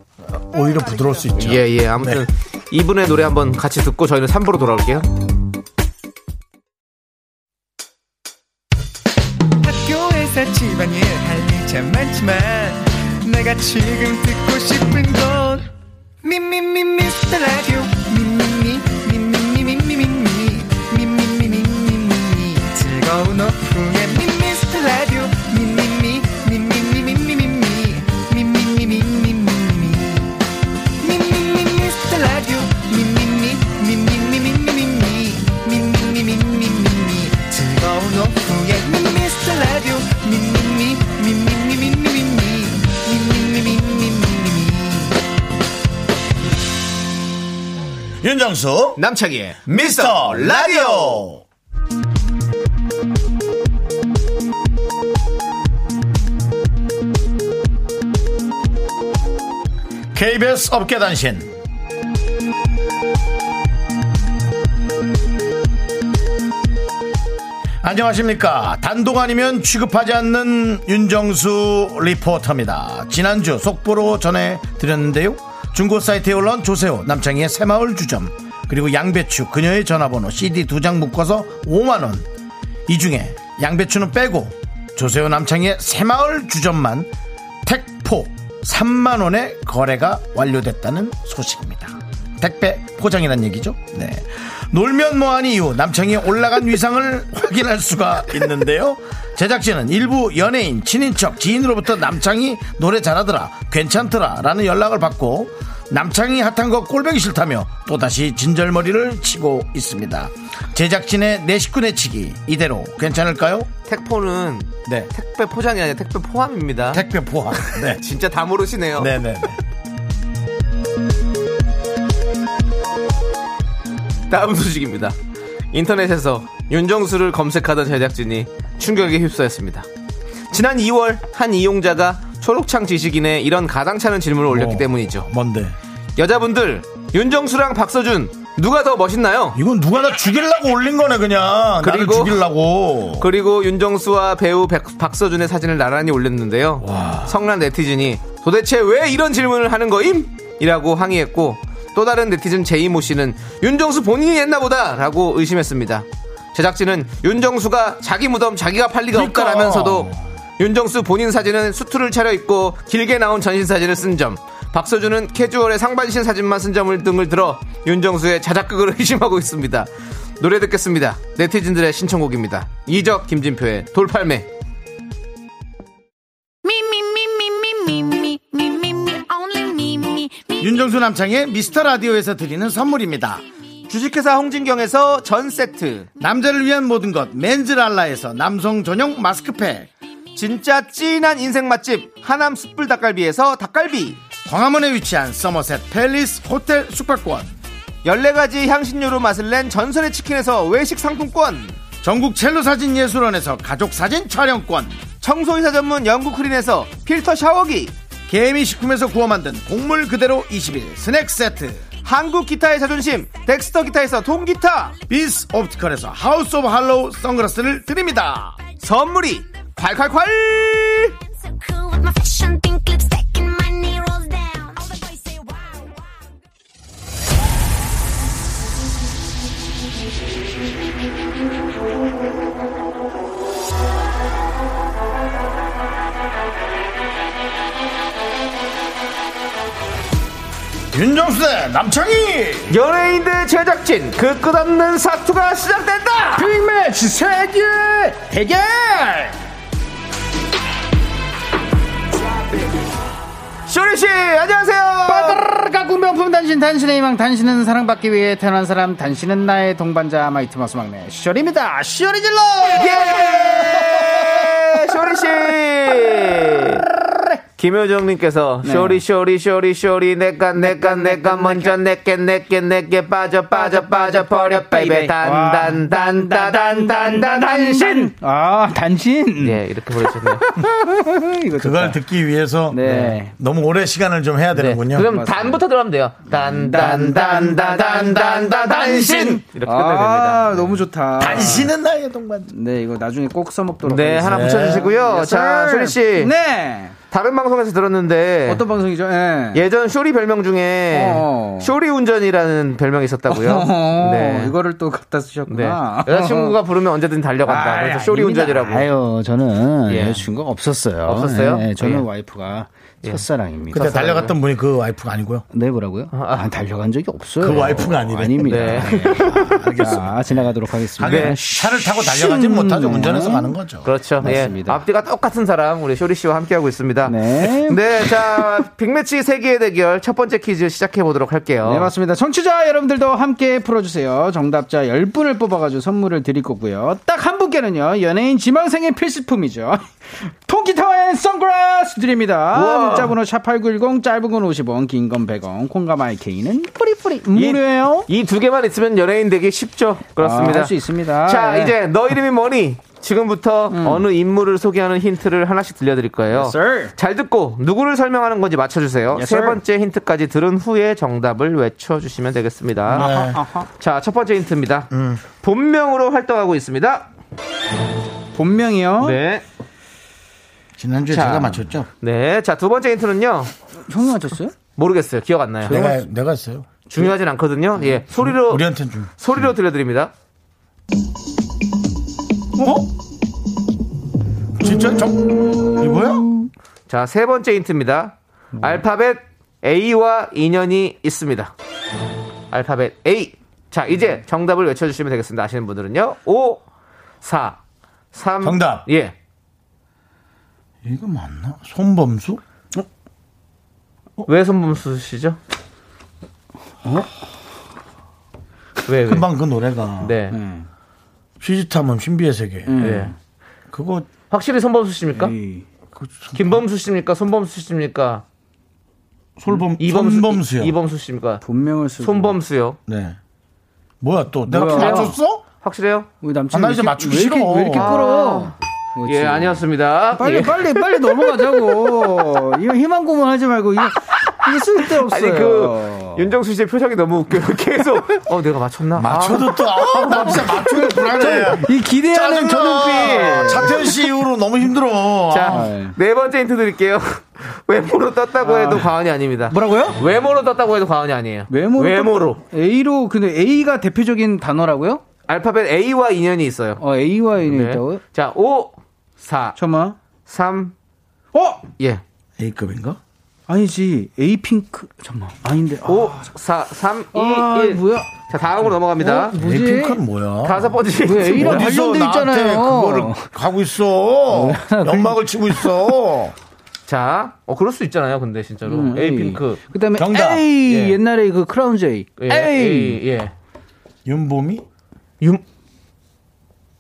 Speaker 1: 오히려 부드러울 수 있죠. 네.
Speaker 2: 예, 예. 아무튼 이분의 노래 한번 같이 듣고 저희는 3부로 돌아올게요.
Speaker 6: 학교에서 집안일 할 일 참 많지만 내가 지금 듣고 싶은 건 미미미 미스터 라디오 미미미 미미미 미미미 미미미 미미미 즐거운 오후에 미스터 라디오 미미미 미미미 미미미 미미미 미미미 미미미 미스터 라디오 미미미 미미미 미미미 미미미 미미미 즐거운 오후에 미스터 라디오 미미미 미미미 미미미 미미미 미미미
Speaker 1: 윤정수 남창의 미스터 라디오. KBS 업계 단신. 안녕하십니까. 단독 아니면 취급하지 않는 윤정수 리포터입니다. 지난주 속보로 전해드렸는데요. 중고 사이트에 올라온 조세호, 남창희의 새마을 주점, 그리고 양배추, 그녀의 전화번호, CD 두 장 묶어서 5만원. 이 중에 양배추는 빼고 조세호, 남창희의 새마을 주점만 택포 3만원의 거래가 완료됐다는 소식입니다. 택배 포장이란 얘기죠. 네. 놀면 뭐하니 이후 남창이 올라간 위상을 (laughs) 확인할 수가 있는데요. 제작진은 일부 연예인, 친인척, 지인으로부터 남창이 노래 잘하더라, 괜찮더라 라는 연락을 받고 남창이 핫한 거 꼴보기 싫다며 또다시 진절머리를 치고 있습니다. 제작진의 내 식구 내치기 이대로 괜찮을까요?
Speaker 2: 택포는
Speaker 1: 네.
Speaker 2: 택배 포장이 아니라 택배 포함입니다.
Speaker 1: 택배 포함. 네.
Speaker 2: 진짜 다 모르시네요.
Speaker 1: 네네.
Speaker 2: 다음 소식입니다. 인터넷에서 윤정수를 검색하던 제작진이 충격에 휩싸였습니다. 지난 2월 한 이용자가 초록창 지식인에 이런 가당찮은 질문을 올렸기 때문이죠.
Speaker 1: 뭔데?
Speaker 2: 여자분들, 윤정수랑 박서준, 누가 더 멋있나요?
Speaker 1: 이건 누가 나 죽이려고 올린 거네 그냥. 나를
Speaker 2: 그리고-
Speaker 1: 죽이려고.
Speaker 2: 그리고 윤정수와 배우 백- 박서준의 사진을 나란히 올렸는데요. 성난 네티즌이 도대체 왜 이런 질문을 하는 거임? 이라고 항의했고 또 다른 네티즌 제이모 씨는 윤정수 본인이 했나 보다라고 의심했습니다. 제작진은 윤정수가 자기 무덤 자기가 팔 리가
Speaker 1: 그러니까.
Speaker 2: 없다라면서도 윤정수 본인 사진은 수트를 차려입고 길게 나온 전신 사진을 쓴 점, 박서준은 캐주얼의 상반신 사진만 쓴 점을 등을 들어 윤정수의 자작극을 (laughs) 의심하고 있습니다. 노래 듣겠습니다. 네티즌들의 신청곡입니다. 이적 김진표의 돌팔매.
Speaker 4: me me me me me me me me
Speaker 1: 윤정수 남창의 미스터 라디오에서 드리는 선물입니다.
Speaker 2: 주식회사 홍진경에서 전 세트.
Speaker 1: 남자를 위한 모든 것 맨즈랄라에서 남성 전용 마스크팩
Speaker 2: 진짜 찐한 인생 맛집 하남 숯불 닭갈비에서 닭갈비.
Speaker 1: 광화문에 위치한 서머셋 팰리스 호텔 숙박권
Speaker 2: 14가지 향신료로 맛을 낸 전설의 치킨에서 외식 상품권.
Speaker 1: 전국 첼로 사진 예술원에서 가족 사진 촬영권
Speaker 2: 청소이사 전문 영국 크린에서 필터 샤워기.
Speaker 1: 개미 식품에서 구워 만든 곡물 그대로 20일 스낵 세트
Speaker 2: 한국 기타의 자존심. 덱스터 기타에서 통기타.
Speaker 1: 비스 옵티컬에서 하우스 오브 할로우 선글라스를 드립니다.
Speaker 2: 선물이 콸콸콸!
Speaker 4: So cool with my fashion, pink lipstick, and my knee rolls down. All the boys say wow, wow.
Speaker 1: 윤정수 대 남창희
Speaker 2: 연예인 대 제작진 그 끝없는 사투가 시작된다. 빅매치 세계 대결. 쇼리 씨 안녕하세요.
Speaker 7: 가구 명품 단신 단신의 희망 단신은 사랑받기 위해 태어난 사람 단신은 나의 동반자 마이트마스 막내 쇼리입니다 쇼리 질러
Speaker 1: 예!
Speaker 2: 예! 쇼리 씨. 김효정님께서 쇼리 쇼리 쇼리 쇼리 내가 내가 내가 먼저 내게 내게 내게 빠져 빠져 빠져 버려 베이베 단단단다단단단 단신.
Speaker 7: 아
Speaker 2: (laughs)
Speaker 7: 단신
Speaker 2: 예 이렇게 보내셨네요.
Speaker 7: 이거
Speaker 1: 그걸
Speaker 7: 좋다.
Speaker 1: 듣기 위해서
Speaker 7: 그러니까. 네.
Speaker 1: 너무 오래 시간을 좀 해야 되는군요.
Speaker 2: 네.
Speaker 1: 네.
Speaker 2: 그럼 단부터 들어가면 돼요. 단단단단단단단단신 이렇게 끝내야 됩니다. 네.
Speaker 7: 아 너무 좋다
Speaker 1: 당신은 나의 동반자.
Speaker 7: 네 이거 나중에 꼭 써먹도록
Speaker 2: 네 하나
Speaker 1: 네.
Speaker 2: 붙여주시고요. 자 쇼리 씨
Speaker 7: 네
Speaker 2: 다른 방송에서 들었는데
Speaker 7: 어떤 방송이죠 예.
Speaker 2: 예전 쇼리 별명 중에
Speaker 7: 어.
Speaker 2: 쇼리 운전이라는 별명이 있었다고요.
Speaker 7: (laughs) 어허,
Speaker 2: 네.
Speaker 7: 이거를 또 갖다
Speaker 2: 네.
Speaker 7: 쓰셨구나
Speaker 2: 여자친구가 부르면 언제든 달려간다.
Speaker 7: (laughs) 아,
Speaker 2: 그래서 쇼리
Speaker 7: 아닙니다.
Speaker 2: 운전이라고.
Speaker 7: 아유, 저는
Speaker 2: 예.
Speaker 7: 여자친구가 없었어요.
Speaker 2: 없었어요?
Speaker 7: 예, 저는
Speaker 2: 예.
Speaker 7: 와이프가 첫사랑입니다.
Speaker 1: 그때 달려갔던 분이 그 와이프가 아니고요.
Speaker 7: 네, 뭐라고요? 아, 달려간 적이 없어요.
Speaker 1: 그 와이프가 아니래.
Speaker 7: 아닙니다. 예,
Speaker 2: 네.
Speaker 7: 자, 지나가도록 하겠습니다.
Speaker 1: 하긴 차를 타고 달려가진
Speaker 7: 음.
Speaker 1: 못하죠. 운전해서 가는 거죠.
Speaker 2: 그렇죠. 예.
Speaker 7: 맞습니다.
Speaker 2: 앞뒤가 똑같은 사람 우리 쇼리 씨와 함께하고 있습니다.
Speaker 7: 네.
Speaker 2: 네, 자 빅매치 세계의 대결 첫 번째 퀴즈 시작해 보도록 할게요.
Speaker 7: 네, 맞습니다. 청취자 여러분들도 함께 풀어주세요. 정답자 10분을 뽑아가지고 선물을 드릴 거고요. 딱 한 분께는요, 연예인 지망생의 필수품이죠. (laughs) 통기타와 선글라스 드립니다.
Speaker 2: 우와.
Speaker 7: 문자번호 샵8910, 짧은 건 50원, 긴 건 100원, 콩과 마이케이는 뿌리뿌리 음, 무료예요.
Speaker 2: 이 두 개만 있으면 연예인 되기 쉽죠.
Speaker 7: 아,
Speaker 2: 그렇습니다.
Speaker 7: 할수 있습니다.
Speaker 2: 자,
Speaker 7: 네.
Speaker 2: 이제 너 이름이 뭐니? 지금부터 어느 인물을 소개하는 힌트를 하나씩 들려드릴 거예요.
Speaker 7: sir.
Speaker 2: 잘 듣고 누구를 설명하는 건지 맞춰주세요.
Speaker 7: Yes,
Speaker 2: 세
Speaker 7: sir.
Speaker 2: 번째 힌트까지 들은 후에 정답을 외쳐주시면
Speaker 1: 네.
Speaker 2: 되겠습니다.
Speaker 1: 음.
Speaker 2: 자, 첫 번째 힌트입니다. 본명으로 활동하고 있습니다.
Speaker 7: 본명이요.
Speaker 2: 네.
Speaker 1: 지난주에
Speaker 2: 자.
Speaker 1: 제가 맞췄죠.
Speaker 2: 네. 자, 두 번째 힌트는요.
Speaker 7: 형이 맞췄어요?
Speaker 2: 모르겠어요. 기억 안
Speaker 7: 그
Speaker 2: 나요.
Speaker 1: 내가 내가 했어요.
Speaker 2: 중요하진 않거든요. 예. 소리로,
Speaker 1: 우리한테는 좀.
Speaker 2: 소리로 들려드립니다.
Speaker 1: 어? 진짜 저 이거야?
Speaker 2: 자, 세 번째 힌트입니다.
Speaker 1: 네.
Speaker 2: 알파벳 A와 인연이 있습니다. 알파벳 A. 자,
Speaker 1: 네.
Speaker 2: 이제 정답을 외쳐주시면 되겠습니다. 아시는 분들은요. 5, 4, 3.
Speaker 1: 정답.
Speaker 2: 예.
Speaker 1: 이거 맞나? 손범수?
Speaker 7: 네.
Speaker 1: 어?
Speaker 2: 왜 손범수 씨죠? 어? 왜, 왜?
Speaker 1: 금방 그 노래가
Speaker 2: 네.
Speaker 1: 시지탐험 신비의 세계.
Speaker 2: 예.
Speaker 1: 그거
Speaker 2: 확실히 손범수 씨입니까?
Speaker 1: 그
Speaker 2: 김범수 씨입니까? 손범수 씨입니까?
Speaker 1: 솔범
Speaker 2: 이범수,
Speaker 1: 손범수요.
Speaker 2: 이범수 씨입니까?
Speaker 7: 본명을 쓰고.
Speaker 2: 손범수요.
Speaker 1: 네. 뭐야 또 내가
Speaker 7: 뭐야?
Speaker 1: 맞췄어?
Speaker 2: 확실해요?
Speaker 7: 우리
Speaker 1: 아,
Speaker 7: 남친
Speaker 1: 나 이제 맞추기
Speaker 7: 왜 이렇게,
Speaker 1: 싫어.
Speaker 7: 왜 이렇게
Speaker 1: 아.
Speaker 7: 끌어? 뭐지?
Speaker 2: 예, 아니었습니다.
Speaker 7: 빨리
Speaker 2: 예.
Speaker 7: 빨리 빨리 넘어가자고. 이거 희망 고문하지 말고 이게 이게 쓸데 없어요.
Speaker 2: 아니 그 윤정수 씨의 표정이 너무 웃겨요. (laughs) 계속 어 내가 맞췄나?
Speaker 1: 맞춰도 또 아, 나 진짜 맞추기 불안해.
Speaker 7: 이
Speaker 1: 짜증나.
Speaker 7: 기대하는 저 눈빛.
Speaker 1: 차태현 씨 이후로 너무 힘들어. 아,
Speaker 7: 예.
Speaker 2: 자, 네 번째 힌트 드릴게요. (laughs) 외모로 떴다고 해도 과언이 아닙니다.
Speaker 7: 뭐라고요?
Speaker 2: 외모로 떴다고 해도 과언이 아니에요.
Speaker 7: 외모로
Speaker 2: 외모로.
Speaker 7: A로 근데 A가 대표적인 단어라고요?
Speaker 2: 알파벳 A와 인연이 있어요.
Speaker 7: 어 A와 인연
Speaker 2: 네.
Speaker 7: 있다고요?
Speaker 2: 자, 5 4
Speaker 7: 잠깐만.
Speaker 2: 3
Speaker 7: 어?
Speaker 2: 예.
Speaker 1: A급인가?
Speaker 7: 아니지. A 핑크. 잠깐만. 아닌데. 아,
Speaker 2: 5 4 3 2
Speaker 7: 아,
Speaker 2: 1.
Speaker 7: 뭐야?
Speaker 2: 자, 다음으로 넘어갑니다.
Speaker 7: 뭐지?
Speaker 1: 에이핑크는 뭐야?
Speaker 2: 다섯 번째
Speaker 7: 왜
Speaker 2: 힌트.
Speaker 7: A랑
Speaker 1: 어디서
Speaker 7: 관련돼
Speaker 1: 나한테
Speaker 7: 있잖아요.
Speaker 1: 그거를 가고 있어? 연막을 치고 있어.
Speaker 2: 자, 어, 그럴 수 있잖아요. 근데 진짜로. 에이 핑크.
Speaker 7: 음, 그다음에
Speaker 1: 정답.
Speaker 7: 에이
Speaker 2: 예.
Speaker 7: 옛날에 그 크라운 제이.
Speaker 2: 예,
Speaker 7: 에이.
Speaker 2: 에이, 예.
Speaker 1: 윤보미?
Speaker 2: 윤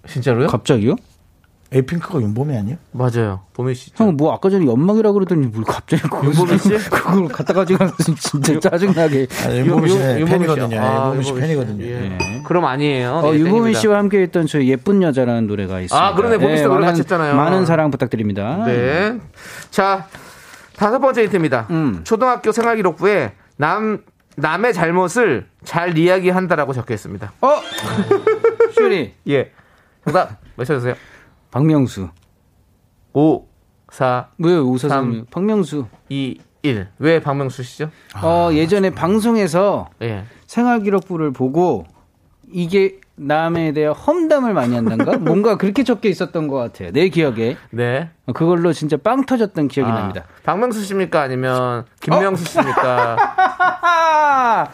Speaker 2: 진짜로요?
Speaker 7: 갑자기요?
Speaker 1: 에이핑크가 윤보미 아니에요?
Speaker 2: 맞아요. 보미 씨.
Speaker 7: 형 뭐 아까 전에 연막이라 그러더니 뭘 갑자기 그걸
Speaker 2: 윤보미 씨?
Speaker 7: (laughs) 그걸 갖다 가지고 진짜 짜증나게.
Speaker 1: 아, 윤보미
Speaker 2: 윤-
Speaker 1: 씨
Speaker 2: 윤- 윤보미
Speaker 1: 팬이거든요.
Speaker 2: 씨요. 아,
Speaker 1: 윤보미 씨
Speaker 2: 윤보미 씨.
Speaker 1: 팬이거든요.
Speaker 2: 예. 그럼 아니에요.
Speaker 7: 어,
Speaker 2: 예,
Speaker 7: 유보민
Speaker 2: 땡입니다.
Speaker 7: 씨와 함께 했던 저 예쁜 여자라는 노래가 있어요.
Speaker 2: 아, 그러네. 보미 씨도 노래 같이 했잖아요.
Speaker 7: 많은 사랑 부탁드립니다.
Speaker 2: 네. 자, 다섯 번째 힌트입니다.
Speaker 7: 음.
Speaker 2: 초등학교 생활 기록부에 남 남의 잘못을 잘 이야기한다라고 적혀 있습니다.
Speaker 7: 어, 슈리
Speaker 2: 예. 정답 외쳐주세요.
Speaker 7: 박명수.
Speaker 2: 5, 4,
Speaker 7: 왜 웃어서?
Speaker 2: 삼.
Speaker 7: 박명수.
Speaker 2: 2, 1. 왜 박명수 씨죠?
Speaker 7: 어, 예전에 방송에서
Speaker 2: 예.
Speaker 7: 생활기록부를 보고 이게 남에 대한 험담을 많이 한단가? 뭔가 그렇게 적혀 있었던 것 같아요. 내 기억에.
Speaker 2: 네.
Speaker 7: 그걸로 진짜 빵 터졌던
Speaker 2: 아,
Speaker 7: 기억이 납니다. 어?
Speaker 2: 박명수 씨입니까? 아니면 김명수
Speaker 7: (laughs)
Speaker 2: 씨입니까?
Speaker 7: 아,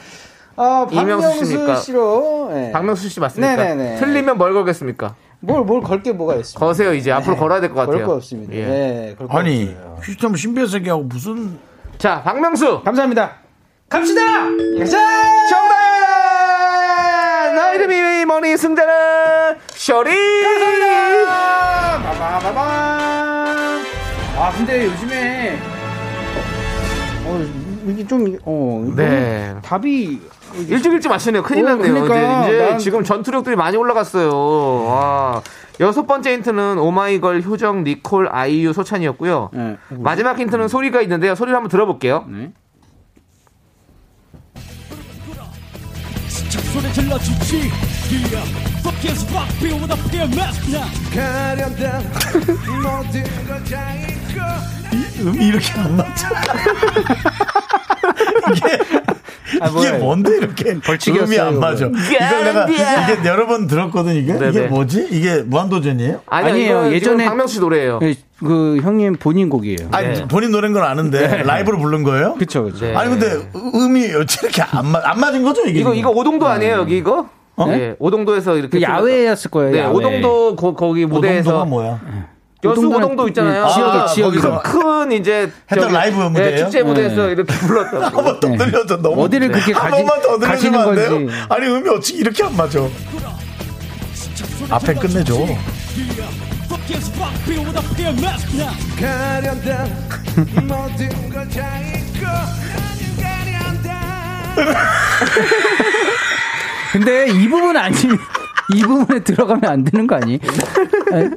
Speaker 7: 어,
Speaker 2: 이명수 씨니까.
Speaker 7: 박명수 씨로. 예.
Speaker 2: 박명수 씨 맞습니까?
Speaker 7: 네네네.
Speaker 2: 틀리면 뭘 걸겠습니까?
Speaker 7: 뭘, 뭘 걸 게 뭐가 있습니까?
Speaker 2: 거세요, 이제. 앞으로 걸어야 될 것 같아요.
Speaker 7: 네. 걸거 없습니다.
Speaker 2: 예.
Speaker 7: 예, 걸거
Speaker 1: 아니,
Speaker 7: 없어요.
Speaker 1: 퀴즈점 신비해석이하고 무슨
Speaker 2: 자, 박명수!
Speaker 7: 감사합니다. 갑시다! 가자!
Speaker 2: 정답입니다! 나 이름이 머니 승자는 쇼리!
Speaker 7: 빠바바밤! 아, 근데 요즘에. 어, 이게 좀, 어. 이거
Speaker 2: 네.
Speaker 7: 답이. 이게
Speaker 2: 일찍 일찍 마시네요. 큰일
Speaker 7: 어,
Speaker 2: 났네요.
Speaker 7: 그러니까.
Speaker 2: 이제, 이제
Speaker 7: 난-
Speaker 2: 지금 전투력들이 많이 올라갔어요. 와. 여섯 번째 힌트는 오마이걸, 효정, 니콜, 아이유, 소찬이었고요.
Speaker 7: 네.
Speaker 2: 마지막 힌트는 소리가 있는데요. 소리를 한번 들어볼게요.
Speaker 7: 네.
Speaker 1: 음이 이렇게 안 맞아? (laughs) 이게 이게
Speaker 7: 아, 뭐예요?
Speaker 1: 뭔데 이렇게
Speaker 7: 벌칙이었어요,
Speaker 1: 음이 안 맞아? 이걸 내가 이게 여러 번 들었거든 이게 이게
Speaker 2: 네네.
Speaker 1: 뭐지? 이게 무한도전이에요?
Speaker 7: 아니에요.
Speaker 2: 이건 지금
Speaker 7: 예전에-
Speaker 2: 박명수 씨 노래예요.
Speaker 7: 예, 그 형님 본인 곡이에요.
Speaker 1: 아니
Speaker 2: 네.
Speaker 1: 본인 노래인 건 아는데 라이브로 부른 거예요?
Speaker 7: 네. 그쵸, 그쵸.
Speaker 2: 네.
Speaker 1: 아니 근데 음이 이렇게 안, 맞, 안 맞은 거죠 이게?
Speaker 2: 이거 이거 오동도 아니에요 여기 이거? 예, 오동도에서 이렇게
Speaker 7: 네. 어? 그 야외였을 거예요.
Speaker 2: 네,
Speaker 7: 야외.
Speaker 2: 오동도 거, 거기
Speaker 1: 오동도가
Speaker 2: 무대에서
Speaker 1: 뭐
Speaker 7: 네.
Speaker 1: 뭐야?
Speaker 2: 여수
Speaker 7: 오동도는
Speaker 2: 오동도 있잖아요.
Speaker 7: 그 지역에, 지역에.
Speaker 2: 거기서 큰 이제
Speaker 1: 했던
Speaker 2: 저기,
Speaker 1: 라이브
Speaker 2: 예,
Speaker 1: 무대예요?
Speaker 2: 축제
Speaker 7: 네.
Speaker 2: 무대에서 이렇게
Speaker 7: (laughs)
Speaker 2: 불렀다고.
Speaker 1: 한번 더 들려줘 뭐 너무
Speaker 7: 어디를 그렇게
Speaker 1: 한
Speaker 7: 가지-
Speaker 1: 번만 더 들려주면 안
Speaker 7: 가시는
Speaker 1: 돼요?
Speaker 7: 건지.
Speaker 1: 아니 음이 어떻게 이렇게 안 맞아? 앞에 끝내줘.
Speaker 7: 근데 이 부분 아니, 이 부분에 들어가면 안 되는 거 아니? 에?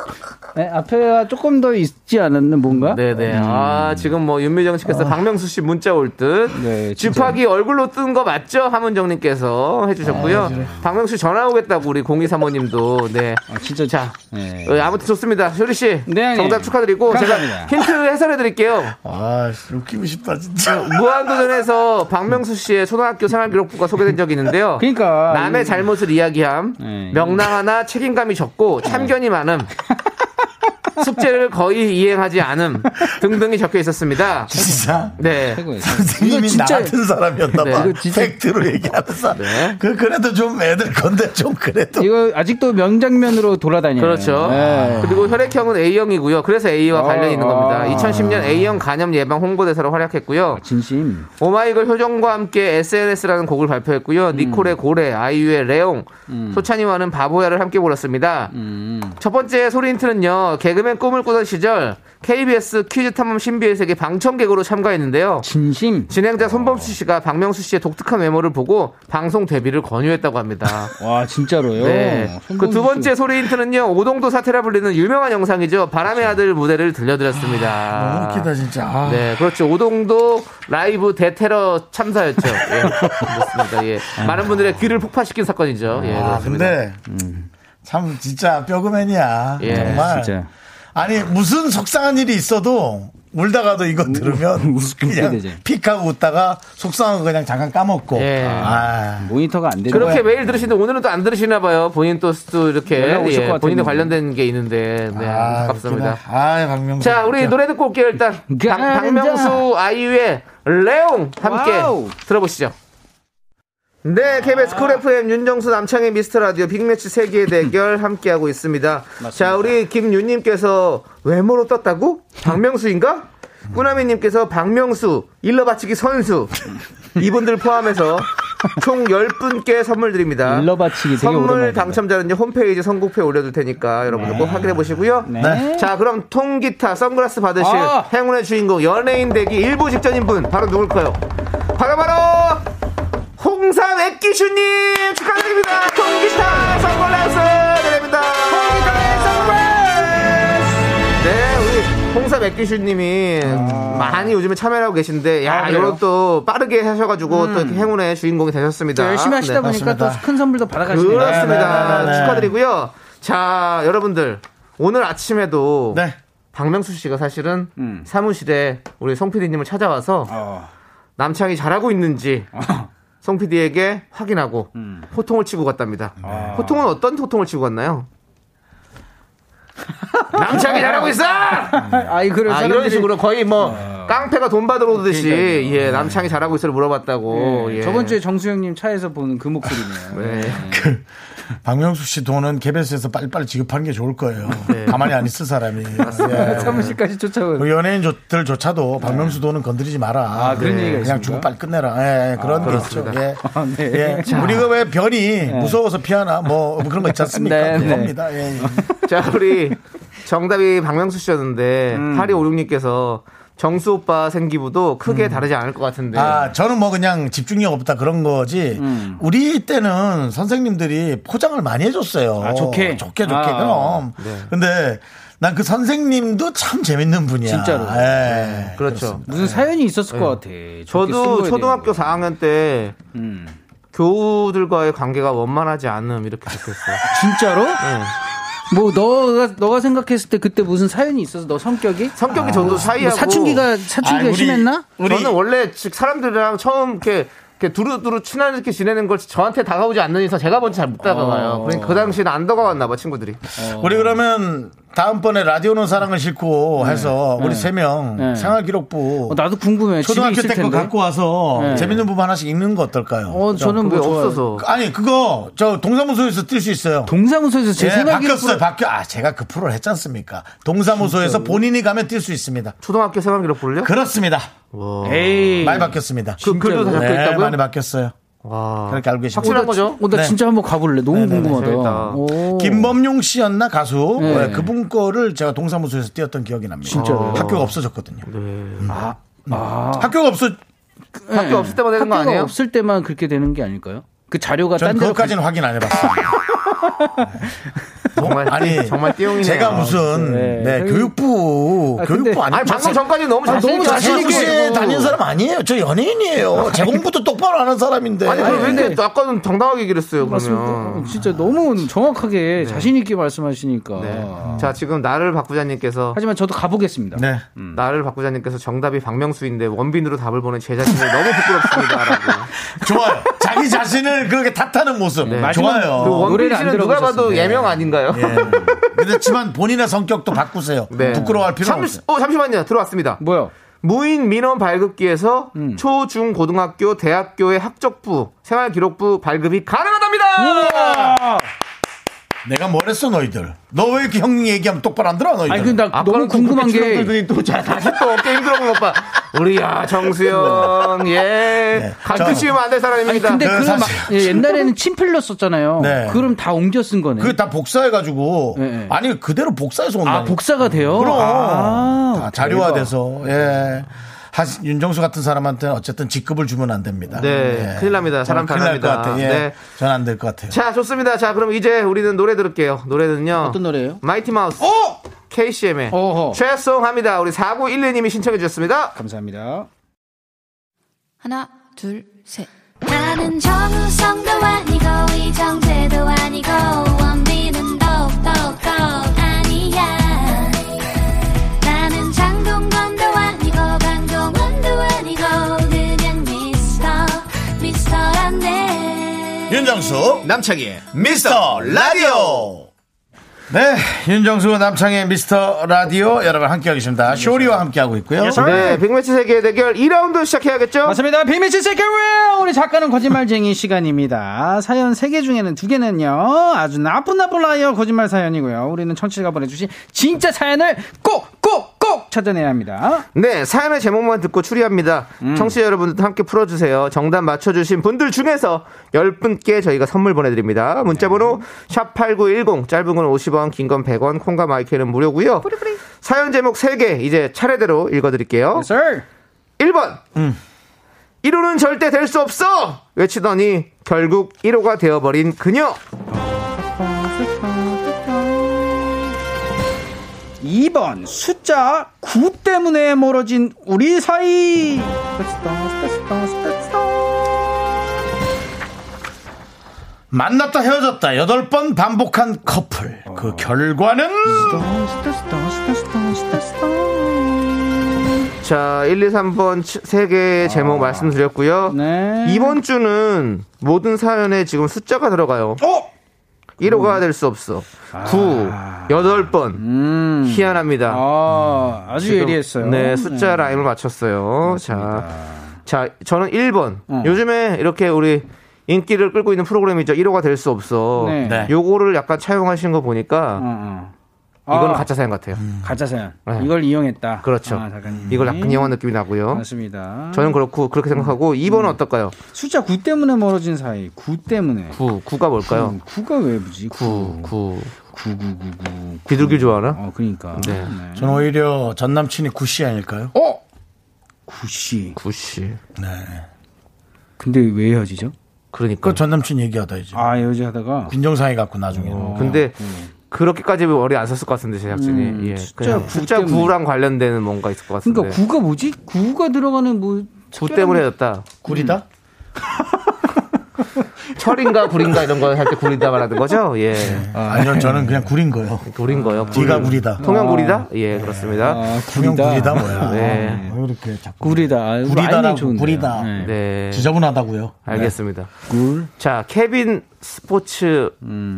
Speaker 7: 에, 앞에가 조금 더 있지 않았나 뭔가? 음.
Speaker 2: 네네. 아 지금 뭐 윤미정 씨께서 박명수 씨 문자 올 듯.
Speaker 7: 아. 네, 진짜.
Speaker 2: 주파기 얼굴로 뜬 거 맞죠? 함은정님께서 해주셨고요. 박명수 씨 전화 오겠다고 우리 공이 사모님도 네.
Speaker 7: 아, 진짜
Speaker 2: 자.
Speaker 7: 네.
Speaker 2: 어, 아무튼 좋습니다. 쇼리 씨.
Speaker 7: 네, 형님.
Speaker 2: 정답 축하드리고
Speaker 7: 감사합니다.
Speaker 2: 제가 힌트 해설해 드릴게요.
Speaker 1: 아 씨, 웃기고 싶다 진짜.
Speaker 7: 어.
Speaker 2: 무한도전에서 박명수 씨의 초등학교 생활 기록부가 소개된 적이 있는데요.
Speaker 7: 그러니까.
Speaker 2: 남의 잘못을 이야기함,
Speaker 7: 네.
Speaker 2: 명랑하나 책임감이 적고 참견이 많음,
Speaker 7: 네.
Speaker 2: 숙제를 거의 이행하지 않음 등등이 적혀 있었습니다.
Speaker 1: (laughs) 진짜.
Speaker 2: 네.
Speaker 7: 최고예요.
Speaker 1: 그 선생님이
Speaker 7: 진짜-
Speaker 1: 나 같은 사람이었나
Speaker 2: 네.
Speaker 1: 봐.
Speaker 7: 이거 진짜-
Speaker 1: 팩트로 얘기하는 사람.
Speaker 2: 네.
Speaker 1: 그, 그래도 좀 애들 건데, 좀 그래도.
Speaker 7: 이거 아직도 명장면으로 돌아다녀요.
Speaker 2: 그렇죠.
Speaker 7: 네.
Speaker 2: 그리고 혈액형은 A형이고요. 그래서 A와
Speaker 7: 아,
Speaker 2: 관련이 있는 겁니다.
Speaker 7: 아.
Speaker 2: 2010년 A형 간염 예방 홍보대사로 활약했고요.
Speaker 7: 진심.
Speaker 2: 오마이걸 효정과 함께 SNS라는 곡을 발표했고요. 니콜의 고래, 아이유의 레옹, 소찬이와는 바보야를 함께 불렀습니다. 첫 번째 소리 힌트는요. 개그맨 꿈을 꾸던 시절 KBS 퀴즈 탐험 신비의 세계 방청객으로 참가했는데요.
Speaker 7: 진심.
Speaker 2: 진행자 손범수 씨가 박명수 씨의 독특한 외모를 보고 방송 데뷔를 권유했다고 합니다.
Speaker 7: 와, 진짜로요?
Speaker 2: 네. 그 두 번째 소리 힌트는요. 오동도 사태라 불리는 유명한 영상이죠. 바람의 아들 무대를 들려드렸습니다.
Speaker 1: 너무 웃기다, 진짜. 아.
Speaker 2: 네, 그렇죠. 오동도 라이브 대테러 참사였죠. 예, 그렇습니다. 예. 많은 분들의 귀를 폭파시킨 사건이죠. 예,
Speaker 1: 아,
Speaker 2: 그렇습니다.
Speaker 1: 근데, 참, 진짜 뼈그맨이야.
Speaker 2: 예,
Speaker 1: 정말.
Speaker 7: 아, 진짜.
Speaker 1: 아니, 무슨 속상한 일이 있어도, 울다가도 이거 들으면, 그냥
Speaker 7: 되지.
Speaker 1: 픽하고 웃다가, 속상한 거 그냥 잠깐 까먹고.
Speaker 2: 예.
Speaker 1: 아,
Speaker 7: 모니터가 안 되는
Speaker 2: 그렇게 매일 들으시는데 오늘은 또 안 들으시나 봐요. 본인 또, 또 이렇게
Speaker 7: 연락 오실 것
Speaker 2: 예,
Speaker 7: 같은데.
Speaker 2: 본인에 관련된 게 있는데 네,
Speaker 1: 아,
Speaker 2: 안타깝습니다.
Speaker 1: 웃기다. 아, 박명수.
Speaker 2: 자, 우리
Speaker 1: 웃겨.
Speaker 2: 노래 듣고 올게요. 일단 박,
Speaker 7: 가자.
Speaker 2: 박명수 아이유의 레옹 함께
Speaker 7: 와우.
Speaker 2: 들어보시죠. 네, KBS 쿨 FM 윤정수 남창의 미스터 라디오 빅매치 세계 대결 함께하고 있습니다. 자, 우리 김윤님께서 외모로 떴다고? 박명수인가? 꾸나미님께서 박명수, 일러 바치기 선수, 이분들 포함해서 총 10분께 선물 드립니다.
Speaker 7: 일러 바치기 되게
Speaker 2: 선물
Speaker 7: 오랜만입니다.
Speaker 2: 당첨자는요, 홈페이지 선곡표에 올려둘 테니까 여러분들 꼭 확인해 보시고요.
Speaker 7: 네.
Speaker 2: 자, 그럼 통기타, 선글라스 받으실
Speaker 7: 아!
Speaker 2: 행운의 주인공, 연예인 되기 일부 직전인 분, 바로 누굴까요? 바로바로! 홍삼 액기슈님 축하드립니다! 통기타, 선글라스 드립니다! 통기타의 선글라스! 네, 우리 홍삼 액기슈님이 많이 요즘에 참여하고 계신데, 야,
Speaker 7: 아, 그래요? 음.
Speaker 2: 이런 또 빠르게 하셔가지고 또 이렇게 행운의 주인공이 되셨습니다.
Speaker 7: 또 열심히 하시다
Speaker 2: 네.
Speaker 7: 보니까 또
Speaker 1: 맞습니다.
Speaker 7: 큰 선물도 받아가시네요.
Speaker 2: 그렇습니다.
Speaker 1: 네, 네, 네, 네.
Speaker 2: 축하드리고요. 자, 여러분들. 오늘 아침에도
Speaker 1: 네.
Speaker 2: 박명수 씨가 사실은 사무실에 우리 송 PD님을 찾아와서
Speaker 7: 어.
Speaker 2: 남창이 잘하고 있는지 송 PD에게 확인하고 호통을 치고 갔답니다. 호통은 어떤 호통을 치고 갔나요? (laughs) 남창이 잘하고 있어!
Speaker 7: 아이 그런
Speaker 2: 아, 이런
Speaker 7: 사람들이-
Speaker 2: 식으로 거의 뭐 깡패가 돈 받으러 오듯이 예, 남창이 잘하고 있어를 물어봤다고.
Speaker 7: 예,
Speaker 2: 예.
Speaker 7: 저번 주에 정수영님 차에서 보는 그 목소리네요.
Speaker 2: 네.
Speaker 1: 박명수 씨 돈은 KBS에서 빨리빨리 지급하는 게 좋을 거예요. 가만히 안 있을 사람이. 예.
Speaker 7: 사무실까지 쫓아온.
Speaker 1: 그 연예인들조차도 박명수 돈은 건드리지 마라.
Speaker 7: 네. 아, 그런
Speaker 1: 예,
Speaker 7: 얘기가
Speaker 1: 그냥
Speaker 7: 있습니까?
Speaker 1: 주고 빨리 끝내라. 예, 예, 그런 게 있죠. 예.
Speaker 7: (laughs) 아, 네.
Speaker 1: 예. 우리가 왜 변이 무서워서 피하나 뭐 그런 거 있지 않습니까?
Speaker 7: (laughs) 네, 네.
Speaker 1: 그겁니다.
Speaker 7: (laughs)
Speaker 1: 예, 예.
Speaker 2: 자, 우리 정답이 박명수 씨였는데
Speaker 7: 음.
Speaker 2: 8256님께서 정수 오빠 생기부도 크게
Speaker 7: 음.
Speaker 2: 다르지 않을 것
Speaker 7: 네.
Speaker 2: 같은데.
Speaker 1: 아, 저는 뭐 그냥 집중력 없다 그런 거지.
Speaker 7: 음.
Speaker 1: 우리 때는 선생님들이 포장을 많이 해줬어요.
Speaker 7: 아, 좋게?
Speaker 1: 좋게, 좋게.
Speaker 7: 아.
Speaker 1: 그럼. 근데 난 그 선생님도 참 재밌는 분이야.
Speaker 7: 진짜로. 네.
Speaker 1: 예.
Speaker 2: 그렇죠.
Speaker 7: 무슨
Speaker 1: 네.
Speaker 7: 사연이 있었을 것 같아. 좋게 쓴
Speaker 2: 저도
Speaker 7: 거에
Speaker 2: 초등학교
Speaker 7: 대한
Speaker 2: 4학년 때
Speaker 7: 거. 음.
Speaker 2: 교우들과의 관계가 원만하지 않음 이렇게 적혔어요.
Speaker 7: (laughs)
Speaker 2: 네.
Speaker 7: 진짜로? 뭐 너가 너가 생각했을 때 그때 무슨 사연이 있어서 너 성격이?
Speaker 2: 성격이 저도
Speaker 7: 뭐
Speaker 2: 사이하고
Speaker 7: 사춘기가 사춘기가
Speaker 1: 아, 우리-
Speaker 7: 심했나?
Speaker 1: 우리-
Speaker 2: 저는 원래 즉 사람들이랑 처음 이렇게 이렇게 두루두루 친하게 지내는 걸 저한테 다가오지 않는 이상 제가 먼저 잘 못
Speaker 7: 어.
Speaker 2: 다가와요. 그러니까 그 당시에는 안 다가왔나 봐 친구들이.
Speaker 1: 어. 우리 그러면 다음번에 라디오는 사랑을 싣고 해서 우리 세 명
Speaker 7: 네.
Speaker 1: 생활 기록부
Speaker 7: 어, 나도 궁금해.
Speaker 1: 초등학교
Speaker 7: 집에
Speaker 1: 때
Speaker 7: 있을
Speaker 1: 거
Speaker 7: 텐데.
Speaker 1: 갖고 와서
Speaker 7: 네.
Speaker 1: 재밌는 부분 하나씩 읽는 거 어떨까요?
Speaker 7: 어
Speaker 1: 그죠?
Speaker 7: 저는
Speaker 2: 그게
Speaker 7: 뭐 좋아요.
Speaker 2: 없어서
Speaker 1: 아니 그거 저 동사무소에서 뛸 수 있어요.
Speaker 7: 동사무소에서 제
Speaker 1: 예,
Speaker 7: 생각이
Speaker 1: 바뀌었어요. 바뀌어. 아, 제가 그 프로를 했지 않습니까? 동사무소에서 본인이 가면 뛸 수 있습니다.
Speaker 2: 초등학교 생활기로 볼래요?
Speaker 1: 그렇습니다. 네.
Speaker 7: 에이.
Speaker 1: 많이 바뀌었습니다.
Speaker 2: 그 글도 다 적혀
Speaker 1: 네,
Speaker 2: 있다고요?
Speaker 1: 많이 바뀌었어요.
Speaker 2: 와.
Speaker 1: 그렇게 알고 계시고.
Speaker 2: 확실한 거죠?
Speaker 7: 어, 나
Speaker 1: 네.
Speaker 7: 진짜 한번 가볼래. 너무 궁금하다.
Speaker 2: 재밌다.
Speaker 7: 오.
Speaker 1: 김범용 씨였나 가수
Speaker 7: 어. 네.
Speaker 1: 네, 그분 거를 제가 동사무소에서 뛰었던 기억이 납니다.
Speaker 7: 진짜로요?
Speaker 1: 학교가 없어졌거든요. 음. 학교가 없어
Speaker 2: 네. 학교 없을 때만 되는 거
Speaker 7: 학교가
Speaker 2: 아니에요?
Speaker 7: 없을 때만 그렇게 되는 게 아닐까요? 그 자료가
Speaker 1: 전
Speaker 7: 딴 데로
Speaker 1: 그것까지는 확인 안 해봤어요.
Speaker 2: 정말
Speaker 1: 아니
Speaker 2: 정말 띠용이네요.
Speaker 1: 제가 무슨
Speaker 7: 네.
Speaker 1: 네, 교육부
Speaker 7: 아, 근데-
Speaker 1: 교육부 아니
Speaker 2: 아니 방금 전까지 너무 자신
Speaker 1: 너무
Speaker 2: 있게
Speaker 1: 자신
Speaker 2: 하시는
Speaker 1: 있게
Speaker 2: 거예요.
Speaker 1: 다니는 사람 아니에요. 저 연예인이에요. 제 공부도 똑바로 하는 사람인데.
Speaker 2: 아니 그럼 왜
Speaker 7: 근데-
Speaker 2: 이렇게 또 아까는 정당하게 얘기를 했어요
Speaker 7: 맞습니다.
Speaker 2: 그러면.
Speaker 7: 진짜 너무
Speaker 1: 네.
Speaker 7: 정확하게 자신 있게 말씀하시니까.
Speaker 2: 네. 자 지금 나를 바꾸자님께서
Speaker 7: 하지만 저도 가보겠습니다.
Speaker 1: 네.
Speaker 2: 나를 바꾸자님께서 정답이 박명수인데 원빈으로 답을 보낸 제 자신을 너무 부끄럽습니다라고.
Speaker 1: 좋아요. 자기 자신을 그렇게 탓하는 모습.
Speaker 2: 네. 그리고
Speaker 1: 좋아요.
Speaker 2: 원빈
Speaker 7: 노래를 안
Speaker 2: 씨는 누가 봐도
Speaker 7: 들어보셨습니다.
Speaker 2: 예명 아닌가요?
Speaker 1: 그렇지만 본인의 성격도 바꾸세요.
Speaker 2: (laughs) 네.
Speaker 1: 부끄러워할 필요는
Speaker 2: 잠시,
Speaker 1: 없어요.
Speaker 2: 어 잠시만요 들어왔습니다.
Speaker 7: 뭐야?
Speaker 2: 무인 민원 발급기에서 초, 중, 고등학교, 대학교의 학적부, 생활기록부 발급이 가능하답니다!
Speaker 1: 내가 뭘 했어 너희들. 너 왜 이렇게 형 얘기하면 똑바로 안 들어 너희들.
Speaker 7: 아니 근데 나 너무 궁금한 게
Speaker 2: 그 또자 다시 또 어깨 힘들어 보는 오빠. 우리야 정수영 예
Speaker 1: 저-
Speaker 2: 같은 씨면 안 될
Speaker 7: 아니
Speaker 2: 사람입니다.
Speaker 7: 근데
Speaker 1: 네,
Speaker 7: 그거
Speaker 1: 사실-
Speaker 7: 옛날에는 침필로 썼잖아요.
Speaker 1: 네.
Speaker 7: 그럼 다 옮겨 쓴 거네.
Speaker 1: 그게 다 복사해가지고
Speaker 7: 네, 네.
Speaker 1: 아니 그대로 복사해서 온다.
Speaker 7: 아 복사가 돼요?
Speaker 1: 그럼
Speaker 7: 아,
Speaker 1: 다 자료화돼서 예. 하, 윤정수 같은 사람한테는 어쨌든 직급을 주면 안 됩니다.
Speaker 2: 네, 큰일 납니다. 사람
Speaker 1: 저는 큰일 날것
Speaker 2: 반합니다.
Speaker 1: 같아요. 예.
Speaker 2: 네.
Speaker 1: 저는 안 될 것 같아요.
Speaker 2: 자 좋습니다. 자 그럼 이제 우리는 노래 들을게요. 노래는요.
Speaker 7: 어떤 노래예요?
Speaker 2: 마이티 마우스.
Speaker 1: 어!
Speaker 2: KCM의
Speaker 7: 어허.
Speaker 2: 최송합니다. 우리 4912님이 신청해 주셨습니다.
Speaker 7: 감사합니다.
Speaker 3: 하나 둘 셋.
Speaker 4: 나는 정우성도 아니고 이정재도 아니고 원빈은 더욱더 아니야 나는 장동건도 아니고 강동원도 아니고 그냥 미스터 미스터란데
Speaker 1: 윤정수 남창희의
Speaker 2: 네,
Speaker 1: 미스터 라디오 네 윤정수 남창희의 미스터 라디오 여러분 함께하고 계십니다 쇼리와 함께하고 있고요
Speaker 2: 네, 빅매치 세계 대결 2라운드 시작해야겠죠?
Speaker 7: 맞습니다. 비밀치 세계웨어 우리 작가는 거짓말쟁이 (laughs) 시간입니다. 사연 3개 중에는 2개는요. 아주 나쁜 나쁜 라이어 거짓말 사연이고요. 우리는 청취자가 보내주신 진짜 사연을 꼭 꼭 꼭 찾아내야 합니다.
Speaker 2: 네, 사연의 제목만 듣고 추리합니다. 청취자 여러분들도 함께 풀어주세요. 정답 맞춰주신 분들 중에서 10분께 저희가 선물 보내드립니다. 문자번호 샵8910, 짧은 건 50원, 긴 건 100원, 콩과 마이크는 무료고요 사연 제목 3개, 이제 차례대로 읽어드릴게요.
Speaker 7: Sir.
Speaker 2: 1번. 1호는 절대 될 수 없어! 외치더니 결국 1호가 되어버린 그녀.
Speaker 7: 2번 숫자 9 때문에 멀어진 우리 사이 3번
Speaker 1: 만났다 헤어졌다 여덟 번 반복한 커플 그 결과는
Speaker 2: 자, 1, 2, 3번 3개의 제목 말씀드렸고요.
Speaker 7: 네.
Speaker 2: 이번 주는 모든 사연에 지금 숫자가 들어가요. 1호가 될 수 없어. 9, 8번. 희한합니다.
Speaker 7: 음. 아, 아주
Speaker 2: 지금,
Speaker 7: 예리했어요. 음.
Speaker 2: 네, 숫자 라임을 맞췄어요. 자, 자, 저는 1번.
Speaker 7: 음.
Speaker 2: 요즘에 이렇게 우리 인기를 끌고 있는 프로그램이죠. 1호가 될 수 없어.
Speaker 7: 네.
Speaker 1: 네.
Speaker 2: 요거를 약간 차용하신 거 보니까
Speaker 7: 어, 어.
Speaker 2: 이거는
Speaker 7: 아,
Speaker 2: 가짜 사연 같아요.
Speaker 7: 가짜 사연.
Speaker 2: 네.
Speaker 7: 이걸 이용했다.
Speaker 2: 그렇죠.
Speaker 7: 아, 작가님.
Speaker 2: 이걸 약간 영화 느낌이 나고요.
Speaker 7: 맞습니다. 음.
Speaker 2: 저는 그렇고 그렇게 생각하고 2번은 어떨까요?
Speaker 7: 숫자 9 때문에 멀어진 사이. 9 때문에.
Speaker 2: 9, 9가 뭘까요?
Speaker 7: 9가 왜 뭐지?
Speaker 2: 9, 9.
Speaker 7: 9999.
Speaker 2: 비둘기 좋아하나?
Speaker 7: 어, 그러니까.
Speaker 2: 네.
Speaker 1: 전 오히려 전 남친이 구씨 아닐까요?
Speaker 7: 어? 구씨.
Speaker 2: 9씨
Speaker 7: 근데 왜 헤어지죠?
Speaker 2: 그러니까.
Speaker 1: 그전 남친 얘기하다 이제
Speaker 7: 아, 헤어지다가
Speaker 1: 빈정상이 갖고 나중에
Speaker 2: 근데 그렇게까지 머리 안 썼을 것 같은데 제작진이 예, 그냥
Speaker 7: 구
Speaker 2: 숫자
Speaker 7: 때문에.
Speaker 2: 9랑 관련되는 뭔가 있을 것 같은데
Speaker 7: 그러니까 구가 뭐지? 구가 들어가는 뭐
Speaker 2: 9 네. 때문에 졌다
Speaker 1: 구리다?
Speaker 2: 철인가 구린가 이런 거 할 때 구린다 말하는 거죠 예
Speaker 1: 아니요 저는 그냥 구린 거예요
Speaker 2: 구린 거요
Speaker 1: 뒤가 구리다
Speaker 2: 통영 구리다 예 그렇습니다
Speaker 7: 아,
Speaker 1: 구형 구리다 뭐야
Speaker 2: 네.
Speaker 1: 왜 이렇게 자꾸
Speaker 7: 구리다. 아, 이거
Speaker 1: 구리다라고,
Speaker 7: 라임이 좋은데요.
Speaker 1: 구리다.
Speaker 7: 네.
Speaker 2: 네
Speaker 1: 지저분하다고요
Speaker 2: 알겠습니다
Speaker 1: 네.
Speaker 7: 굴.
Speaker 2: 자 케빈 스포츠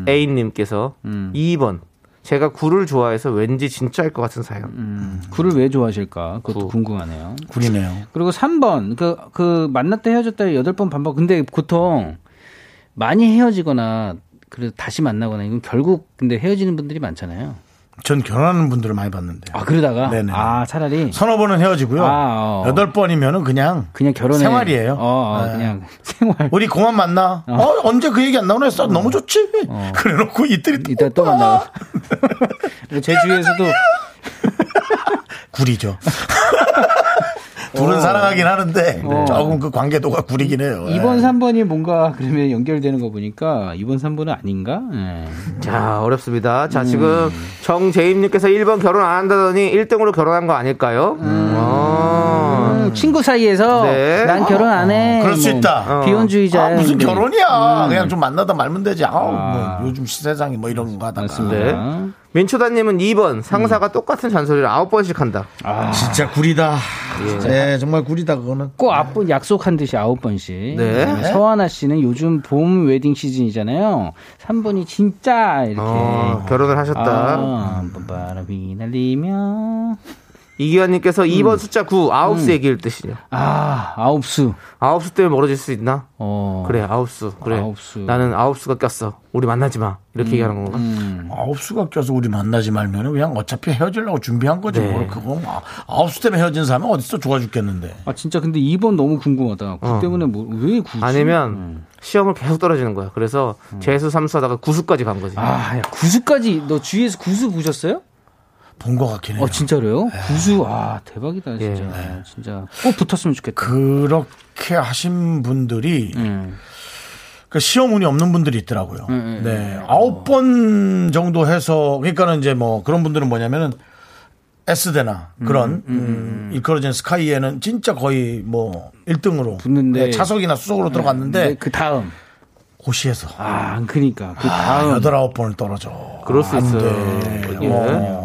Speaker 2: A 님께서 2번 제가 구를 좋아해서 왠지 진짜일 것 같은 사연
Speaker 1: 음.
Speaker 7: 굴을 왜 좋아하실까?
Speaker 2: 구.
Speaker 7: 그것도 궁금하네요.
Speaker 1: 구리네요
Speaker 7: 그리고 3번. 그, 그, 만났다 헤어졌다 여덟 번 반복. 근데 보통 많이 헤어지거나, 그래도 다시 만나거나, 이건 결국, 근데 헤어지는 분들이 많잖아요.
Speaker 1: 전 결혼하는 분들을 많이 봤는데
Speaker 7: 아, 그러다가?
Speaker 1: 네네.
Speaker 7: 아, 차라리?
Speaker 1: 서너 번은 헤어지고요
Speaker 7: 아, 어.
Speaker 1: 여덟 번이면은 그냥
Speaker 7: 그냥 결혼해.
Speaker 1: 생활이에요.
Speaker 7: 어, 어,
Speaker 1: 네.
Speaker 7: 그냥 (laughs) 생활.
Speaker 1: 우리 공원 만나. 어, 언제 그 얘기 안 나오나 했어. 너무 좋지. 그래 놓고 이틀이
Speaker 7: 이따 또 만나요. 그리고 제 주위에서도
Speaker 1: (laughs) 구리죠. 둘은 사랑하긴 하는데 조금 그 관계도가 구리긴 해요.
Speaker 7: 2번,
Speaker 1: 예.
Speaker 7: 네. 3번이 뭔가 그러면 연결되는 거 보니까 2번, 3번은 아닌가? 예.
Speaker 2: 자, 어렵습니다. 자, 지금
Speaker 7: 음.
Speaker 2: 정재임님께서 1번 결혼 안 한다더니 1등으로 결혼한 거 아닐까요? 아.
Speaker 7: 음, 친구 사이에서
Speaker 2: 네.
Speaker 7: 난 결혼 안 해.
Speaker 1: 그럴 수 있다.
Speaker 7: 비혼주의자.
Speaker 1: 아, 무슨 결혼이야. 그냥 좀 만나다 말면 되지. 음. 아, 뭐 요즘 시세상에 뭐 이런 거 하다가.
Speaker 2: 네.
Speaker 7: 아.
Speaker 2: 민초다님은 2번 상사가
Speaker 7: 음.
Speaker 2: 똑같은 잔소리를 9번씩 한다.
Speaker 7: 아,
Speaker 1: 아. 진짜 구리다. 네, 정말 구리다 그거는.
Speaker 7: 꼭 앞분 약속한 듯이 아홉 번씩.
Speaker 2: 네.
Speaker 7: 아, 서하나 씨는 요즘 봄 웨딩 시즌이잖아요. 3번이 진짜 이렇게.
Speaker 2: 어, 결혼을 하셨다.
Speaker 7: 아, 바람이 날리며.
Speaker 2: 이기환님께서
Speaker 7: 음.
Speaker 2: 2번 숫자 9, 9수 얘기일 뜻이요.
Speaker 7: 아, 아홉 수.
Speaker 2: 9수 때문에 멀어질 수 있나?
Speaker 7: 어.
Speaker 2: 그래, 9수. 그래.
Speaker 7: 아홉 수. 음.
Speaker 2: 나는 9수가 꼈어. 우리 만나지 마. 이렇게 얘기하는 건가?
Speaker 1: 아홉 수가 껴서 우리 만나지 말면 그냥 어차피 헤어지려고 준비한 거지.
Speaker 2: 네.
Speaker 1: 뭘 그거 아, 아홉 수 때문에 헤어진 사람은 어디서 좋아 죽겠는데.
Speaker 7: 아, 진짜 근데 2번 너무 궁금하다. 그 때문에 뭐, 왜 굳이?
Speaker 2: 어. 아니면
Speaker 7: 음.
Speaker 2: 시험을 계속 떨어지는 거야. 그래서 재수 3수 하다가 9수까지 간 거지.
Speaker 7: 아, 야, 구수까지, 너 주위에서 구수 보셨어요?
Speaker 1: 본 것 같긴 해요.
Speaker 7: 어, 진짜로요?
Speaker 1: 네.
Speaker 7: 구수, 아, 대박이다,
Speaker 2: 예.
Speaker 7: 진짜. 진짜. 꼭 붙었으면 좋겠다.
Speaker 1: 그렇게 하신 분들이 그 시험 운이 없는 분들이 있더라고요. 네, 아홉 번 정도 해서 그러니까는 이제 뭐 그런 분들은 뭐냐면은 S대나 그런 음, 일컬어진 스카이에는 진짜 거의 뭐 1등으로 네,
Speaker 7: 붙는데
Speaker 1: 차석이나 수석으로
Speaker 7: 근데
Speaker 1: 들어갔는데
Speaker 7: 그 다음.
Speaker 1: 고시에서
Speaker 7: 아, 그니까. 그 다음.
Speaker 1: 여덟 아홉 번을 떨어져. 어, 음,
Speaker 2: 그럴 수 있어요. 예.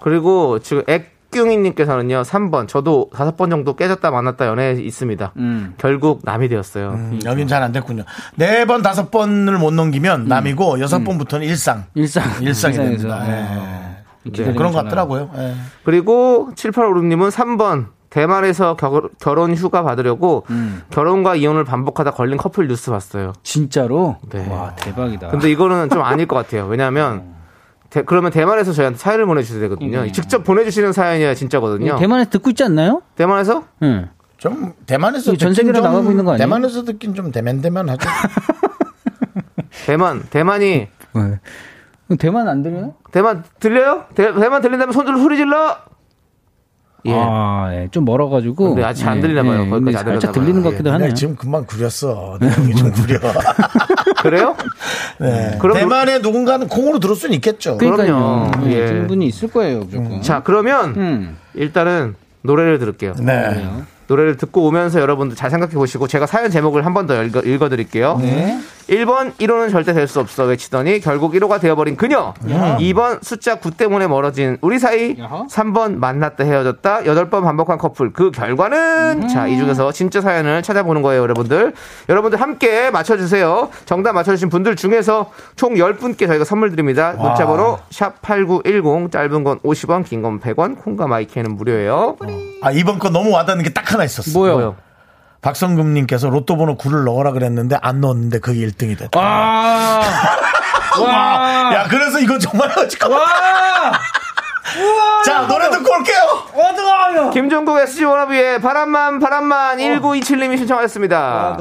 Speaker 2: 그리고 지금 액경이님께서는요, 3번. 저도 5번 정도 깨졌다 만났다 연애 있습니다.
Speaker 8: 음.
Speaker 7: 음.
Speaker 2: 결국 남이 되었어요.
Speaker 1: 음, 여긴 잘 안 됐군요. 네 번 다섯 번을 못 넘기면 남이고 여섯 번부터는 일상.
Speaker 7: 일상.
Speaker 1: (laughs) 일상이
Speaker 7: 일상에서. 어.
Speaker 1: 됩니다.
Speaker 7: 네.
Speaker 1: 예.
Speaker 7: 기다리는
Speaker 1: 그런 것
Speaker 7: 전화.
Speaker 1: 같더라고요. 예.
Speaker 2: 그리고 7856님은 3번. 대만에서 겨- 결혼 휴가 받으려고
Speaker 8: 음.
Speaker 2: 결혼과 이혼을 반복하다 걸린 커플 뉴스 봤어요.
Speaker 7: 진짜로?
Speaker 2: 네.
Speaker 7: 와, 대박이다.
Speaker 2: 근데 이거는 좀 아닐 것 같아요. 왜냐하면 대- 그러면 대만에서 저희한테 사연을 보내주셔야 되거든요. 직접 보내주시는 사연이야 진짜거든요.
Speaker 8: 음. 대만에서 듣고 있지 않나요?
Speaker 2: 대만... 에서
Speaker 7: 예.
Speaker 1: 네.
Speaker 8: 응.
Speaker 1: 좀 대만에서
Speaker 8: 이게 전
Speaker 1: 듣긴
Speaker 8: 세계로
Speaker 1: 좀-
Speaker 8: 나가고 있는 거 아니에요?
Speaker 1: 대만에서 듣긴 좀 대만대만하죠.
Speaker 2: 대만 대만이
Speaker 7: 어,
Speaker 8: 대만 안 들려요?
Speaker 2: 대만 들려요? 대, 만 들린다면 손들로 소리 질러. 예.
Speaker 8: 아, 예. 좀 멀어가지고.
Speaker 2: 근데 아직 안 들리나
Speaker 7: 예,
Speaker 2: 봐요. 거기까지
Speaker 8: 근데
Speaker 2: 안 들렸나
Speaker 8: 살짝
Speaker 2: 봐요.
Speaker 8: 들리는 것
Speaker 2: 예.
Speaker 8: 같기도
Speaker 1: 네,
Speaker 8: 하네요. 네,
Speaker 1: 지금 금방 구렸어. 내용이 좀 구려.
Speaker 8: (laughs)
Speaker 2: 그래요?
Speaker 1: 네.
Speaker 2: 그럼-
Speaker 1: 대만에 누군가는 콩으로 들을 수는 있겠죠.
Speaker 8: 그러니까요.
Speaker 2: 그럼요.
Speaker 8: 예.
Speaker 2: 예.
Speaker 8: 들은 분이 있을 거예요, 무조건.
Speaker 2: 자 그러면
Speaker 8: 음.
Speaker 2: 일단은 노래를 들을게요.
Speaker 1: 네.
Speaker 2: 노래를 듣고 오면서 여러분들 잘 생각해 보시고 제가 사연 제목을 한 번 더 읽어, 드릴게요 1번 1호는 절대 될 수 없어 외치더니 결국 1호가 되어버린 그녀. 2번 숫자 9 때문에 멀어진 우리 사이.
Speaker 8: 야하.
Speaker 2: 3번 만났다 헤어졌다. 8번 반복한 커플. 그 결과는 자, 이 중에서 진짜 사연을 찾아보는 거예요, 여러분들. 여러분들 함께 맞춰 주세요. 정답 맞춰 주신 분들 중에서 총 10분께 저희가 선물 드립니다. 문자 번호 샵8910 짧은 건 50원, 긴 건 100원. 콩과 마이크는 무료예요.
Speaker 1: 아, 이번 거 너무 와닿는 게 딱 하나 있었어.
Speaker 2: 뭐요?
Speaker 1: 박성금님께서 로또 번호 9를 넣어라 그랬는데 안 넣었는데 그게 1등이 됐다.
Speaker 8: 아!
Speaker 1: (laughs) 와. 야, 그래서 이건 정말 (laughs) 어지간하다. 자, 노래 듣고 올게요.
Speaker 2: 김종국 SG 워너비의 바람만 바람만 1927님이 신청하셨습니다.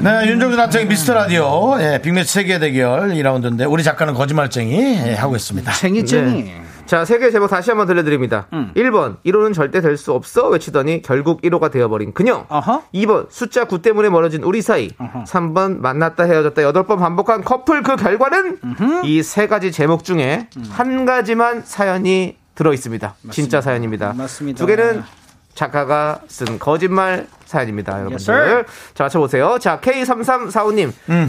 Speaker 1: 네, 윤종수 남창의 미스터 라디오. 예, 빅매치 세계 대결 2라운드인데 우리 작가는 거짓말쟁이 예, 하고 있습니다.
Speaker 7: 쟁이쟁이.
Speaker 2: 네. 자, 세 개 제목 다시 한번 들려드립니다. 1번, 1호는 절대 될 수 없어 외치더니 결국 1호가 되어버린 그녀.
Speaker 7: 어허.
Speaker 2: 2번, 숫자 9 때문에 멀어진 우리 사이. 3번, 만났다 헤어졌다 8번 반복한 커플 그 결과는 이 세 가지 제목 중에
Speaker 7: 음.
Speaker 2: 한 가지만 사연이 들어있습니다. 진짜 사연입니다.
Speaker 7: 맞습니다.
Speaker 2: 두 개는 작가가 쓴 거짓말 사연입니다, 여러분들.
Speaker 7: sir.
Speaker 2: 자, 맞춰보세요. 자, K3345님.
Speaker 1: 음.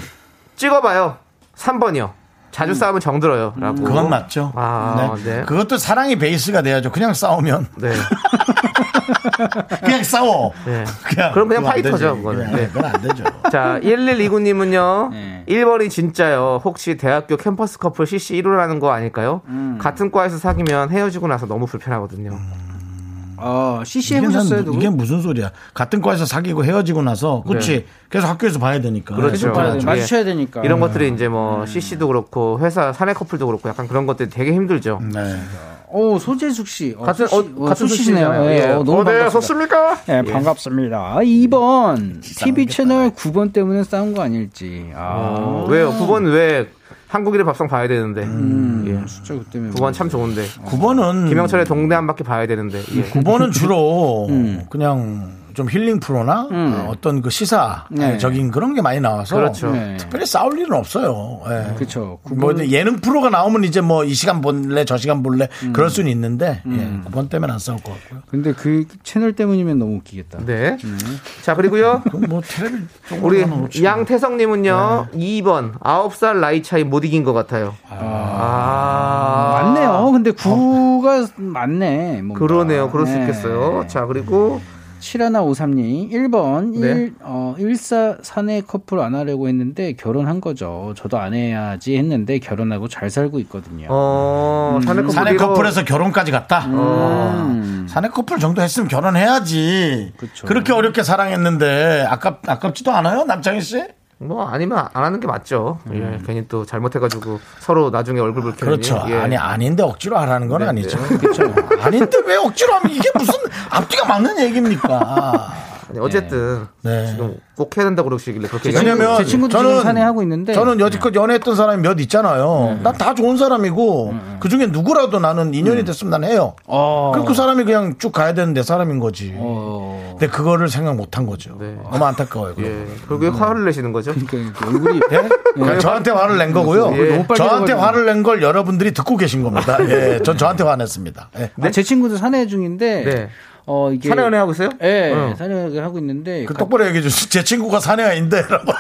Speaker 2: 찍어봐요. 3번이요.
Speaker 7: 음.
Speaker 2: 자주 싸우면 정들어요. 라고.
Speaker 1: 그건 맞죠.
Speaker 2: 아,
Speaker 1: 네.
Speaker 2: 네.
Speaker 1: 그것도 사랑이 베이스가 돼야죠. 그냥
Speaker 2: (laughs)
Speaker 1: 싸우면.
Speaker 2: 네.
Speaker 1: 그냥 싸워. (laughs)
Speaker 2: 네.
Speaker 1: 그냥
Speaker 2: 그럼 그냥
Speaker 1: 그거 안
Speaker 2: 파이터죠,
Speaker 1: 되지.
Speaker 2: 그거는.
Speaker 1: 그냥,
Speaker 2: 네.
Speaker 1: 그건 안
Speaker 2: (laughs)
Speaker 1: 되죠.
Speaker 2: 자, 1129님은요.
Speaker 8: 네.
Speaker 2: 1번이 진짜요. 혹시 대학교 캠퍼스 커플 CC 1호라는 거 아닐까요?
Speaker 7: 음.
Speaker 2: 같은 과에서 사귀면 헤어지고 나서 너무 불편하거든요.
Speaker 7: 어, CC
Speaker 1: 이게,
Speaker 7: 해보셨어요,
Speaker 1: 난-
Speaker 7: 누구?
Speaker 1: 이게 무슨 소리야? 같은 과에서 사귀고 헤어지고 나서, 그렇지? 계속 학교에서 봐야 되니까.
Speaker 2: 네. 그렇죠.
Speaker 7: 봐야 돼.
Speaker 2: 예.
Speaker 7: 마주쳐야 되니까.
Speaker 2: 이런 것들이 이제
Speaker 7: 음.
Speaker 2: 뭐 CC도 그렇고 회사 사내 커플도 그렇고 약간 그런 것들이 되게 힘들죠.
Speaker 1: 네.
Speaker 7: 오, 소재숙 씨. 음. 어,
Speaker 2: 같은
Speaker 7: 소시,
Speaker 2: 어,
Speaker 7: 어,
Speaker 2: 같은
Speaker 7: 소시시네요.
Speaker 2: 소시잖아요.
Speaker 7: 예,
Speaker 2: 예.
Speaker 7: 어, 너무
Speaker 2: 어, 네,
Speaker 7: 반갑습니다.
Speaker 2: 좋습니까?
Speaker 7: 예, 반갑습니다.
Speaker 2: 음,
Speaker 7: 2번 TV 채널 9번 때문에 싸운 거 아닐지.
Speaker 2: 어.
Speaker 7: 아,
Speaker 2: 왜요? 9번 왜 한국인의 밥상 봐야 되는데. 예.
Speaker 7: 진짜 그 때문에.
Speaker 2: 9번 참 좋은데.
Speaker 7: 어.
Speaker 1: 9번은.
Speaker 2: 김영철의 동네 한 바퀴 봐야 되는데. 예.
Speaker 7: 음.
Speaker 1: 9번은
Speaker 7: (laughs)
Speaker 1: 주로 그냥 좀 힐링 프로나
Speaker 7: 음.
Speaker 1: 어, 어떤 그 시사적인 그런 게 많이 나와서
Speaker 2: 그렇죠.
Speaker 7: 네.
Speaker 1: 특별히 싸울 일은 없어요. 예.
Speaker 7: 그렇죠.
Speaker 1: 뭐 이제 예능 프로가 나오면 이제 뭐 이 시간 볼래 저 시간 볼래
Speaker 7: 음.
Speaker 1: 그럴 수는 있는데 예, 9번 때문에 안 싸울 것 같고요.
Speaker 7: 근데 그 채널 때문이면 너무 웃기겠다.
Speaker 2: 네. 자, 그리고요.
Speaker 1: 그럼 뭐 테레비 쪽으로
Speaker 2: 우리
Speaker 1: 하나 놓지. 뭐.
Speaker 2: 양태성님은요
Speaker 1: 네.
Speaker 2: 2번 9살 나이 차이 못 이긴 것 같아요. 아,
Speaker 7: 맞네요. 근데 9가 맞네. 뭔가.
Speaker 2: 그러네요. 그럴 수
Speaker 7: 네.
Speaker 2: 있겠어요. 자 그리고
Speaker 7: 7153님, 1번,
Speaker 2: 네.
Speaker 7: 1, 어, 1사 사내 커플 안 하려고 했는데 결혼한 거죠. 저도 안 해야지 했는데 결혼하고 잘 살고 있거든요.
Speaker 2: 어 사내 커플
Speaker 1: 음. 사내
Speaker 2: 이거-
Speaker 1: 커플에서 결혼까지 갔다.
Speaker 7: 음.
Speaker 1: 어. 사내 커플 정도 했으면 결혼해야지.
Speaker 7: 그쵸.
Speaker 1: 그렇게 어렵게 사랑했는데 아깝 아깝지도 않아요, 남창희 씨?
Speaker 2: 뭐 아니면 안 하는 게 맞죠. 예, 괜히 또 잘못해가지고 서로 나중에 얼굴 붉히는
Speaker 1: 음. 그렇죠.
Speaker 2: 일. 예.
Speaker 1: 아니 아닌데 억지로 하라는 건 아니죠.
Speaker 7: 그렇죠.
Speaker 1: (laughs) 아닌데 왜 억지로 하면 이게 무슨 앞뒤가 맞는 얘기입니까?
Speaker 2: 아니, 어쨌든
Speaker 1: 네.
Speaker 2: 지금 꼭 해야 된다고 그러시길래 그렇게
Speaker 1: 왜냐면
Speaker 7: (laughs) 제 친구도 지금
Speaker 1: 저는
Speaker 7: 사내하고 있는데. 네.
Speaker 1: 저는 여지껏 연애했던 사람이 몇 있잖아요. 난 다 좋은 사람이고 그 중에 누구라도 나는 인연이 됐으면 난 해요.
Speaker 7: 음, 어.
Speaker 1: 그럼 그 사람이 그냥 쭉 가야 되는 내 사람인 거지.
Speaker 7: 어.
Speaker 1: 근데 그거를 생각 못 한 거죠.
Speaker 2: 네.
Speaker 1: 너무 안타까워요. 그거.
Speaker 2: 예. 그리고 왜 화를 내시는 거죠?
Speaker 7: 그러니까 얼굴이
Speaker 2: 네?
Speaker 7: 네.
Speaker 1: 예? 그러니까 저한테 화를 낸 거고요.
Speaker 2: 예.
Speaker 7: 너무 빨리
Speaker 1: 저한테
Speaker 7: 해가지고.
Speaker 1: 화를 낸 걸 여러분들이 듣고 계신 겁니다. 예, 전 저한테 화냈습니다. 예.
Speaker 7: 아, 제 친구도 사내 중인데
Speaker 2: 네.
Speaker 7: 어 이게
Speaker 2: 사내 연애 하고 있어요?
Speaker 7: 예,
Speaker 2: 응.
Speaker 7: 사내 연애 하고 있는데
Speaker 1: 그
Speaker 7: 가-
Speaker 1: 똑바로 얘기해 주세요. 제 친구가 사내아인데라고.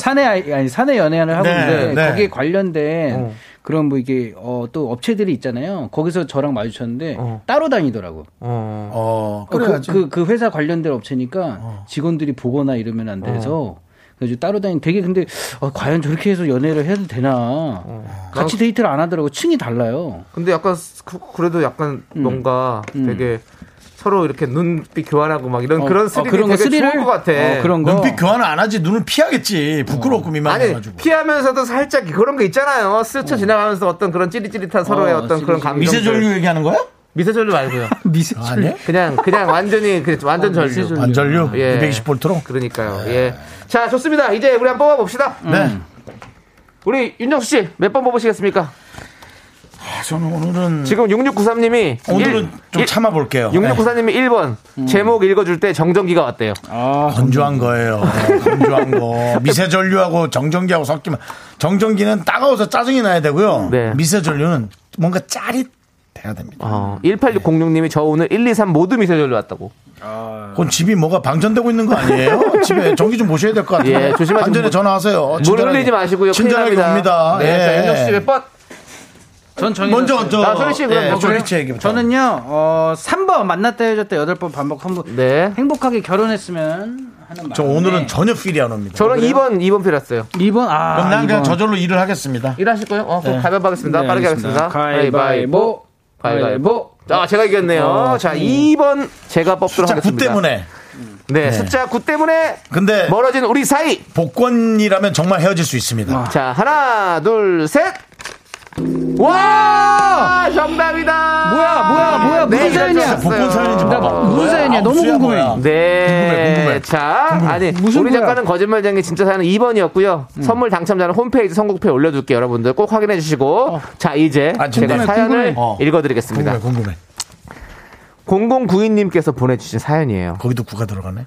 Speaker 7: 사내 아이- 아니 사내 연애를 하고
Speaker 1: 네,
Speaker 7: 있는데
Speaker 1: 네.
Speaker 7: 거기에 관련된
Speaker 2: 어.
Speaker 7: 그런 뭐 이게 어 또 업체들이 있잖아요. 거기서 저랑 마주쳤는데
Speaker 2: 어.
Speaker 7: 따로 다니더라고.
Speaker 2: 어.
Speaker 1: 어,
Speaker 7: 그 그
Speaker 1: 그래야지.
Speaker 7: 회사 관련된 업체니까 직원들이 보거나 이러면 안 돼서
Speaker 2: 어.
Speaker 7: 그래서 따로 다니. 되게 근데 어, 과연 저렇게 해서 연애를 해도 되나?
Speaker 2: 어.
Speaker 7: 같이 데이트를 안 하더라고. 층이 달라요.
Speaker 2: 근데 약간 스- 그- 그래도 약간 뭔가 되게 서로 이렇게 눈빛 교환하고 막 이런
Speaker 8: 어,
Speaker 2: 그런
Speaker 8: 어,
Speaker 2: 스릴이
Speaker 8: 그런 거
Speaker 2: 되게
Speaker 8: 스릴을?
Speaker 2: 좋을 것 같아.
Speaker 8: 어, 그런 거.
Speaker 1: 눈빛 교환을 안 하지 눈을 피하겠지 부끄럽고
Speaker 2: 아니
Speaker 1: 미만해가지고
Speaker 2: 피하면서도 살짝 그런 거 있잖아요. 스쳐 지나가면서 어떤 그런 찌릿찌릿한 서로의
Speaker 8: 어,
Speaker 2: 어, 떤 그런 감정.
Speaker 1: 미세전류 얘기하는 거야?
Speaker 2: 미세전류 말고요.
Speaker 8: 미세.
Speaker 1: 아니
Speaker 2: 그냥 그냥 완전히 그 완전 전류.
Speaker 1: 완전류
Speaker 2: 예.
Speaker 1: 220볼트로
Speaker 2: 그러니까요. 예. 자 좋습니다. 이제 우리 한번 뽑아봅시다.
Speaker 1: 네
Speaker 2: 우리 윤정수 씨 몇 번 뽑으시겠습니까?
Speaker 1: 아, 저는 오늘은
Speaker 2: 지금 6693님이
Speaker 1: 오늘은 좀 참아볼게요
Speaker 2: 6694님이 1번 제목 읽어줄 때 정전기가 왔대요.
Speaker 7: 아,
Speaker 1: 네, 건조한 거예요 건조한 거 미세전류하고 정전기하고 섞이면 정전기는 따가워서 짜증이 나야 되고요
Speaker 2: 네.
Speaker 1: 미세전류는 뭔가 짜릿해야 됩니다
Speaker 2: 어, 1860님이 저 오늘 1, 2, 3 모두 미세절로 왔다고.
Speaker 1: 그건 집이 뭐가 방전되고 있는 거 아니에요? 집에 전기 좀 모셔야 될 것 같아요
Speaker 2: 예, 조심하시고
Speaker 1: 안전에
Speaker 2: 물-
Speaker 1: 전화하세요
Speaker 2: 물
Speaker 1: 친절하게-
Speaker 2: 흘리지 마시고요. 큰일
Speaker 1: 친절하게
Speaker 2: 납니다.
Speaker 1: 옵니다 예.
Speaker 2: 네, 자, 윤정수 씨몇 번?
Speaker 7: 전 정해졌어요.
Speaker 1: 먼저 저
Speaker 2: 아, 소리 씨 그럼
Speaker 1: 예,
Speaker 2: 뭐
Speaker 1: 소리
Speaker 2: 그래요?
Speaker 1: 씨 얘기부터.
Speaker 7: 저는요, 어, 3번 만났다 헤어졌다 8번 반복 한번
Speaker 2: 네.
Speaker 7: 행복하게 결혼했으면 하는
Speaker 1: 저
Speaker 7: 마음에
Speaker 1: 오늘은 전혀 필이 안 옵니다.
Speaker 2: 저는 2번, 2번 필요했어요.
Speaker 7: 2번 아
Speaker 1: 그럼 난 그냥
Speaker 7: 2번.
Speaker 1: 저절로 일을 하겠습니다.
Speaker 2: 일하실 거예요? 어, 그럼 가위바위보 하겠습니다.
Speaker 8: 네,
Speaker 2: 빠르게
Speaker 8: 알겠습니다.
Speaker 2: 하겠습니다.
Speaker 8: 가위바위보.
Speaker 2: 가위바위보. 아, 제가 이겼네요. 자, 2번 제가 뽑도록
Speaker 1: 숫자 9
Speaker 2: 하겠습니다.
Speaker 1: 때문에. 네.
Speaker 2: 네, 숫자 9 때문에
Speaker 1: 근데
Speaker 2: 멀어진 우리 사이.
Speaker 1: 복권이라면 정말 헤어질 수 있습니다.
Speaker 2: 자, 하나, 둘, 셋. 와! 정답이다!
Speaker 7: 뭐야, 뭐야, 뭐야,
Speaker 2: 네,
Speaker 7: 무슨
Speaker 2: 이럴 줄
Speaker 7: 사연이야?
Speaker 2: 알았어요.
Speaker 1: 복권 사연인지
Speaker 7: 나
Speaker 1: 몰라.
Speaker 7: 무슨
Speaker 1: 뭐야?
Speaker 7: 사연이야?
Speaker 1: 아,
Speaker 7: 너무
Speaker 1: 무수야,
Speaker 7: 궁금해.
Speaker 1: 뭐야.
Speaker 2: 네.
Speaker 1: 궁금해, 궁금해. 음.
Speaker 2: 자, 아니,
Speaker 7: 무슨
Speaker 2: 우리
Speaker 7: 거야?
Speaker 2: 작가는 거짓말쟁이 진짜 사연은 2번이었고요. 선물 당첨자는 홈페이지 선곡표에 올려둘게요, 여러분들. 꼭 확인해 주시고. 자, 이제
Speaker 1: 아,
Speaker 2: 제가
Speaker 1: 궁금해,
Speaker 2: 사연을
Speaker 1: 궁금해. 어.
Speaker 2: 읽어드리겠습니다.
Speaker 1: 궁금해, 궁금해.
Speaker 2: 0092님께서 보내주신 사연이에요.
Speaker 1: 거기도 구가 들어가네.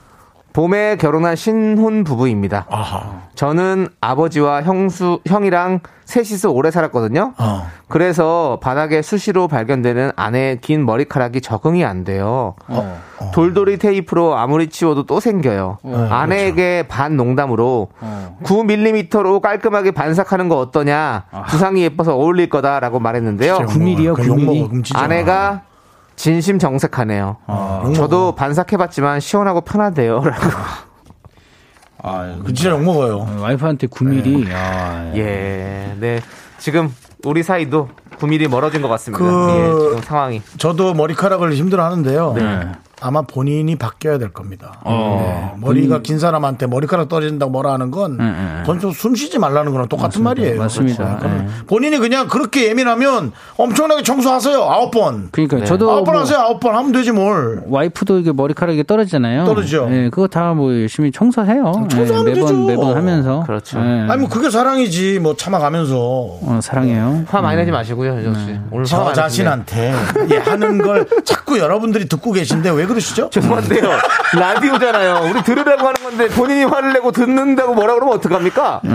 Speaker 2: 봄에 결혼한 신혼 부부입니다.
Speaker 1: 아하.
Speaker 2: 저는 아버지와 형수, 형이랑 셋이서 오래 살았거든요.
Speaker 1: 어.
Speaker 2: 그래서 바닥에 수시로 발견되는 아내의 긴 머리카락이 적응이 안 돼요.
Speaker 1: 어.
Speaker 2: 어. 돌돌이 테이프로 아무리 치워도 또 생겨요.
Speaker 1: 네, 그렇죠.
Speaker 2: 아내에게 반 농담으로
Speaker 1: 어.
Speaker 2: 9mm로 깔끔하게 반삭하는 거 어떠냐.
Speaker 1: 아.
Speaker 2: 두상이 예뻐서 어울릴 거다라고 말했는데요.
Speaker 1: 국밀이요, 아,
Speaker 8: 국밀이.
Speaker 2: 아내가 진심 정색하네요.
Speaker 1: 어.
Speaker 2: 저도 반삭해봤지만 시원하고 편하대요라고. (laughs)
Speaker 8: 아,
Speaker 1: 그 진짜 욕 먹어요.
Speaker 7: 음,
Speaker 8: 와이프한테 9mm.
Speaker 1: 네.
Speaker 8: 아, 예.
Speaker 2: 예, 네. 지금 우리 사이도 9mm 멀어진 것 같습니다.
Speaker 1: 그-
Speaker 2: 예, 지금 상황이.
Speaker 1: 저도 머리카락을 힘들어하는데요.
Speaker 8: 네.
Speaker 1: 아마 본인이 바뀌어야 될 겁니다. 네. 머리가 긴 사람한테 머리카락 떨어진다고 뭐라 하는 건 본인도 숨 쉬지 말라는 거랑 똑같은 말이에요.
Speaker 8: 네, 맞습니다. 네.
Speaker 1: 그러니까 본인이 그냥 그렇게 예민하면 엄청나게 청소하세요. 아홉 번.
Speaker 8: 그러니까 저도
Speaker 1: 아홉 번
Speaker 8: 뭐
Speaker 1: 하세요. 아홉 번 하면 되지 뭘.
Speaker 8: 와이프도 이게 머리카락이 떨어지잖아요.
Speaker 1: 떨어지죠. 아,
Speaker 8: 예, 그거 다 뭐 열심히 청소해요.
Speaker 1: 청소하면
Speaker 8: 예, 매번
Speaker 1: 되죠.
Speaker 8: 매번 하면서.
Speaker 2: 그렇죠.
Speaker 8: 예.
Speaker 1: 아니 뭐 그게 사랑이지 뭐 참아가면서
Speaker 8: 어, 사랑해요.
Speaker 2: 화 많이 내지 마시고요, 현정 씨. 오늘 화
Speaker 1: 음. 네. 저
Speaker 2: 많이 내시네요.
Speaker 1: 자신한테 예, 하는 걸 자꾸 여러분들이 듣고 계신데 왜 그러시죠?
Speaker 2: 죄송한데요. (laughs) 라디오잖아요. 우리 들으라고 하는 건데 본인이 화를 내고 듣는다고 뭐라 그러면 어떡합니까?
Speaker 8: 예.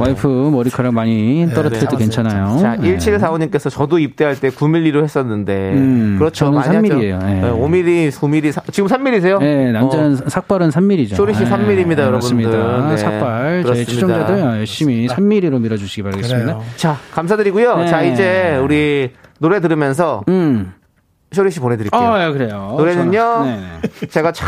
Speaker 8: 와이프 머리카락 많이 떨어뜨려도
Speaker 2: 네.
Speaker 8: 괜찮아요.
Speaker 2: 자,
Speaker 8: 예.
Speaker 2: 1745님께서 저도 입대할 때 9mm로 했었는데.
Speaker 8: 음,
Speaker 2: 그렇죠.
Speaker 8: 저는
Speaker 2: 많이
Speaker 8: 3mm 예요.
Speaker 2: 하죠.
Speaker 8: 예.
Speaker 2: 5mm, 9mm, 사- 지금 3mm세요?
Speaker 8: 예, 남자는 삭발은 3mm죠.
Speaker 2: 어.
Speaker 8: 예,
Speaker 2: 쇼리 씨 3mm 입니다,
Speaker 8: 맞습니다.
Speaker 2: 여러분들. 네.
Speaker 8: 삭발. 저희
Speaker 2: 그렇습니다.
Speaker 8: 추종자들 열심히 3mm로 밀어주시기 바라겠습니다.
Speaker 1: 그래요.
Speaker 2: 자, 감사드리고요.
Speaker 8: 네.
Speaker 2: 자, 이제 우리 노래 들으면서
Speaker 8: 음.
Speaker 2: 쇼리 씨 보내드릴게요.
Speaker 8: 어, 예, 그래요.
Speaker 2: 아, 노래는요?
Speaker 8: 저는- 네, 네.
Speaker 2: 제가 참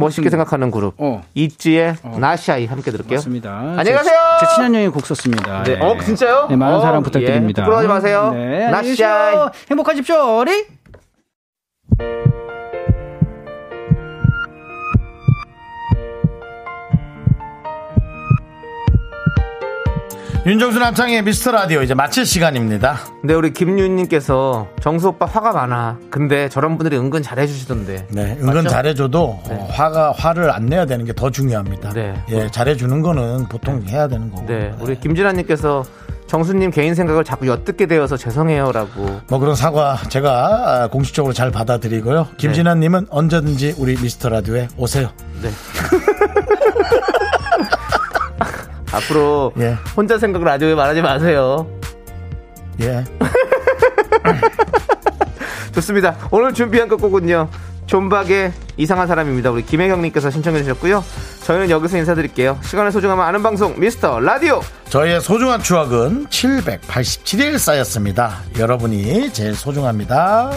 Speaker 2: 멋있게 생각하는 그룹.
Speaker 8: 어.
Speaker 2: 있지의 나샤이 함께 들을게요.
Speaker 8: 맞습니다.
Speaker 2: 안녕히 가세요.
Speaker 8: 제, 제 친한형이 곡 썼습니다.
Speaker 2: 네.
Speaker 8: 예.
Speaker 2: 어, 진짜요?
Speaker 8: 네, 많은
Speaker 2: 어,
Speaker 8: 사랑
Speaker 2: 예.
Speaker 8: 부탁드립니다.
Speaker 2: 부끄러워하지 마세요.
Speaker 8: 네, 안녕히
Speaker 2: 나샤이.
Speaker 8: 계십시오. 행복하십시오. 리
Speaker 1: 윤정수 남창의 미스터 라디오 이제 마칠 시간입니다.
Speaker 2: 근데 우리 김윤님께서 정수 오빠 화가 많아. 근데 저런 분들이 은근 잘해주시던데.
Speaker 1: 네, 은근 잘해줘도 어, 화가 화를 안 내야 되는 게 더 중요합니다.
Speaker 2: 네.
Speaker 1: 예, 잘해주는 거는 보통 해야 되는 거고.
Speaker 2: 네, 우리 김진아님께서 정수님 개인 생각을 자꾸 엿듣게 되어서 죄송해요라고.
Speaker 1: 뭐 그런 사과 제가 아, 공식적으로 잘 받아들이고요. 김진아님은 언제든지 우리 미스터 라디오에 오세요.
Speaker 2: 네. 앞으로
Speaker 1: 예.
Speaker 2: 혼자 생각을 아주 말하지 마세요.
Speaker 1: 예.
Speaker 2: 좋습니다. 오늘 준비한 끝곡은요. 존박의 이상한 사람입니다. 우리 김혜경님께서 신청해 주셨고요. 저희는 여기서 인사드릴게요. 시간을 소중하면 아는 방송 미스터 라디오.
Speaker 1: 저희의 소중한 추억은 787일 쌓였습니다. 여러분이 제일 소중합니다.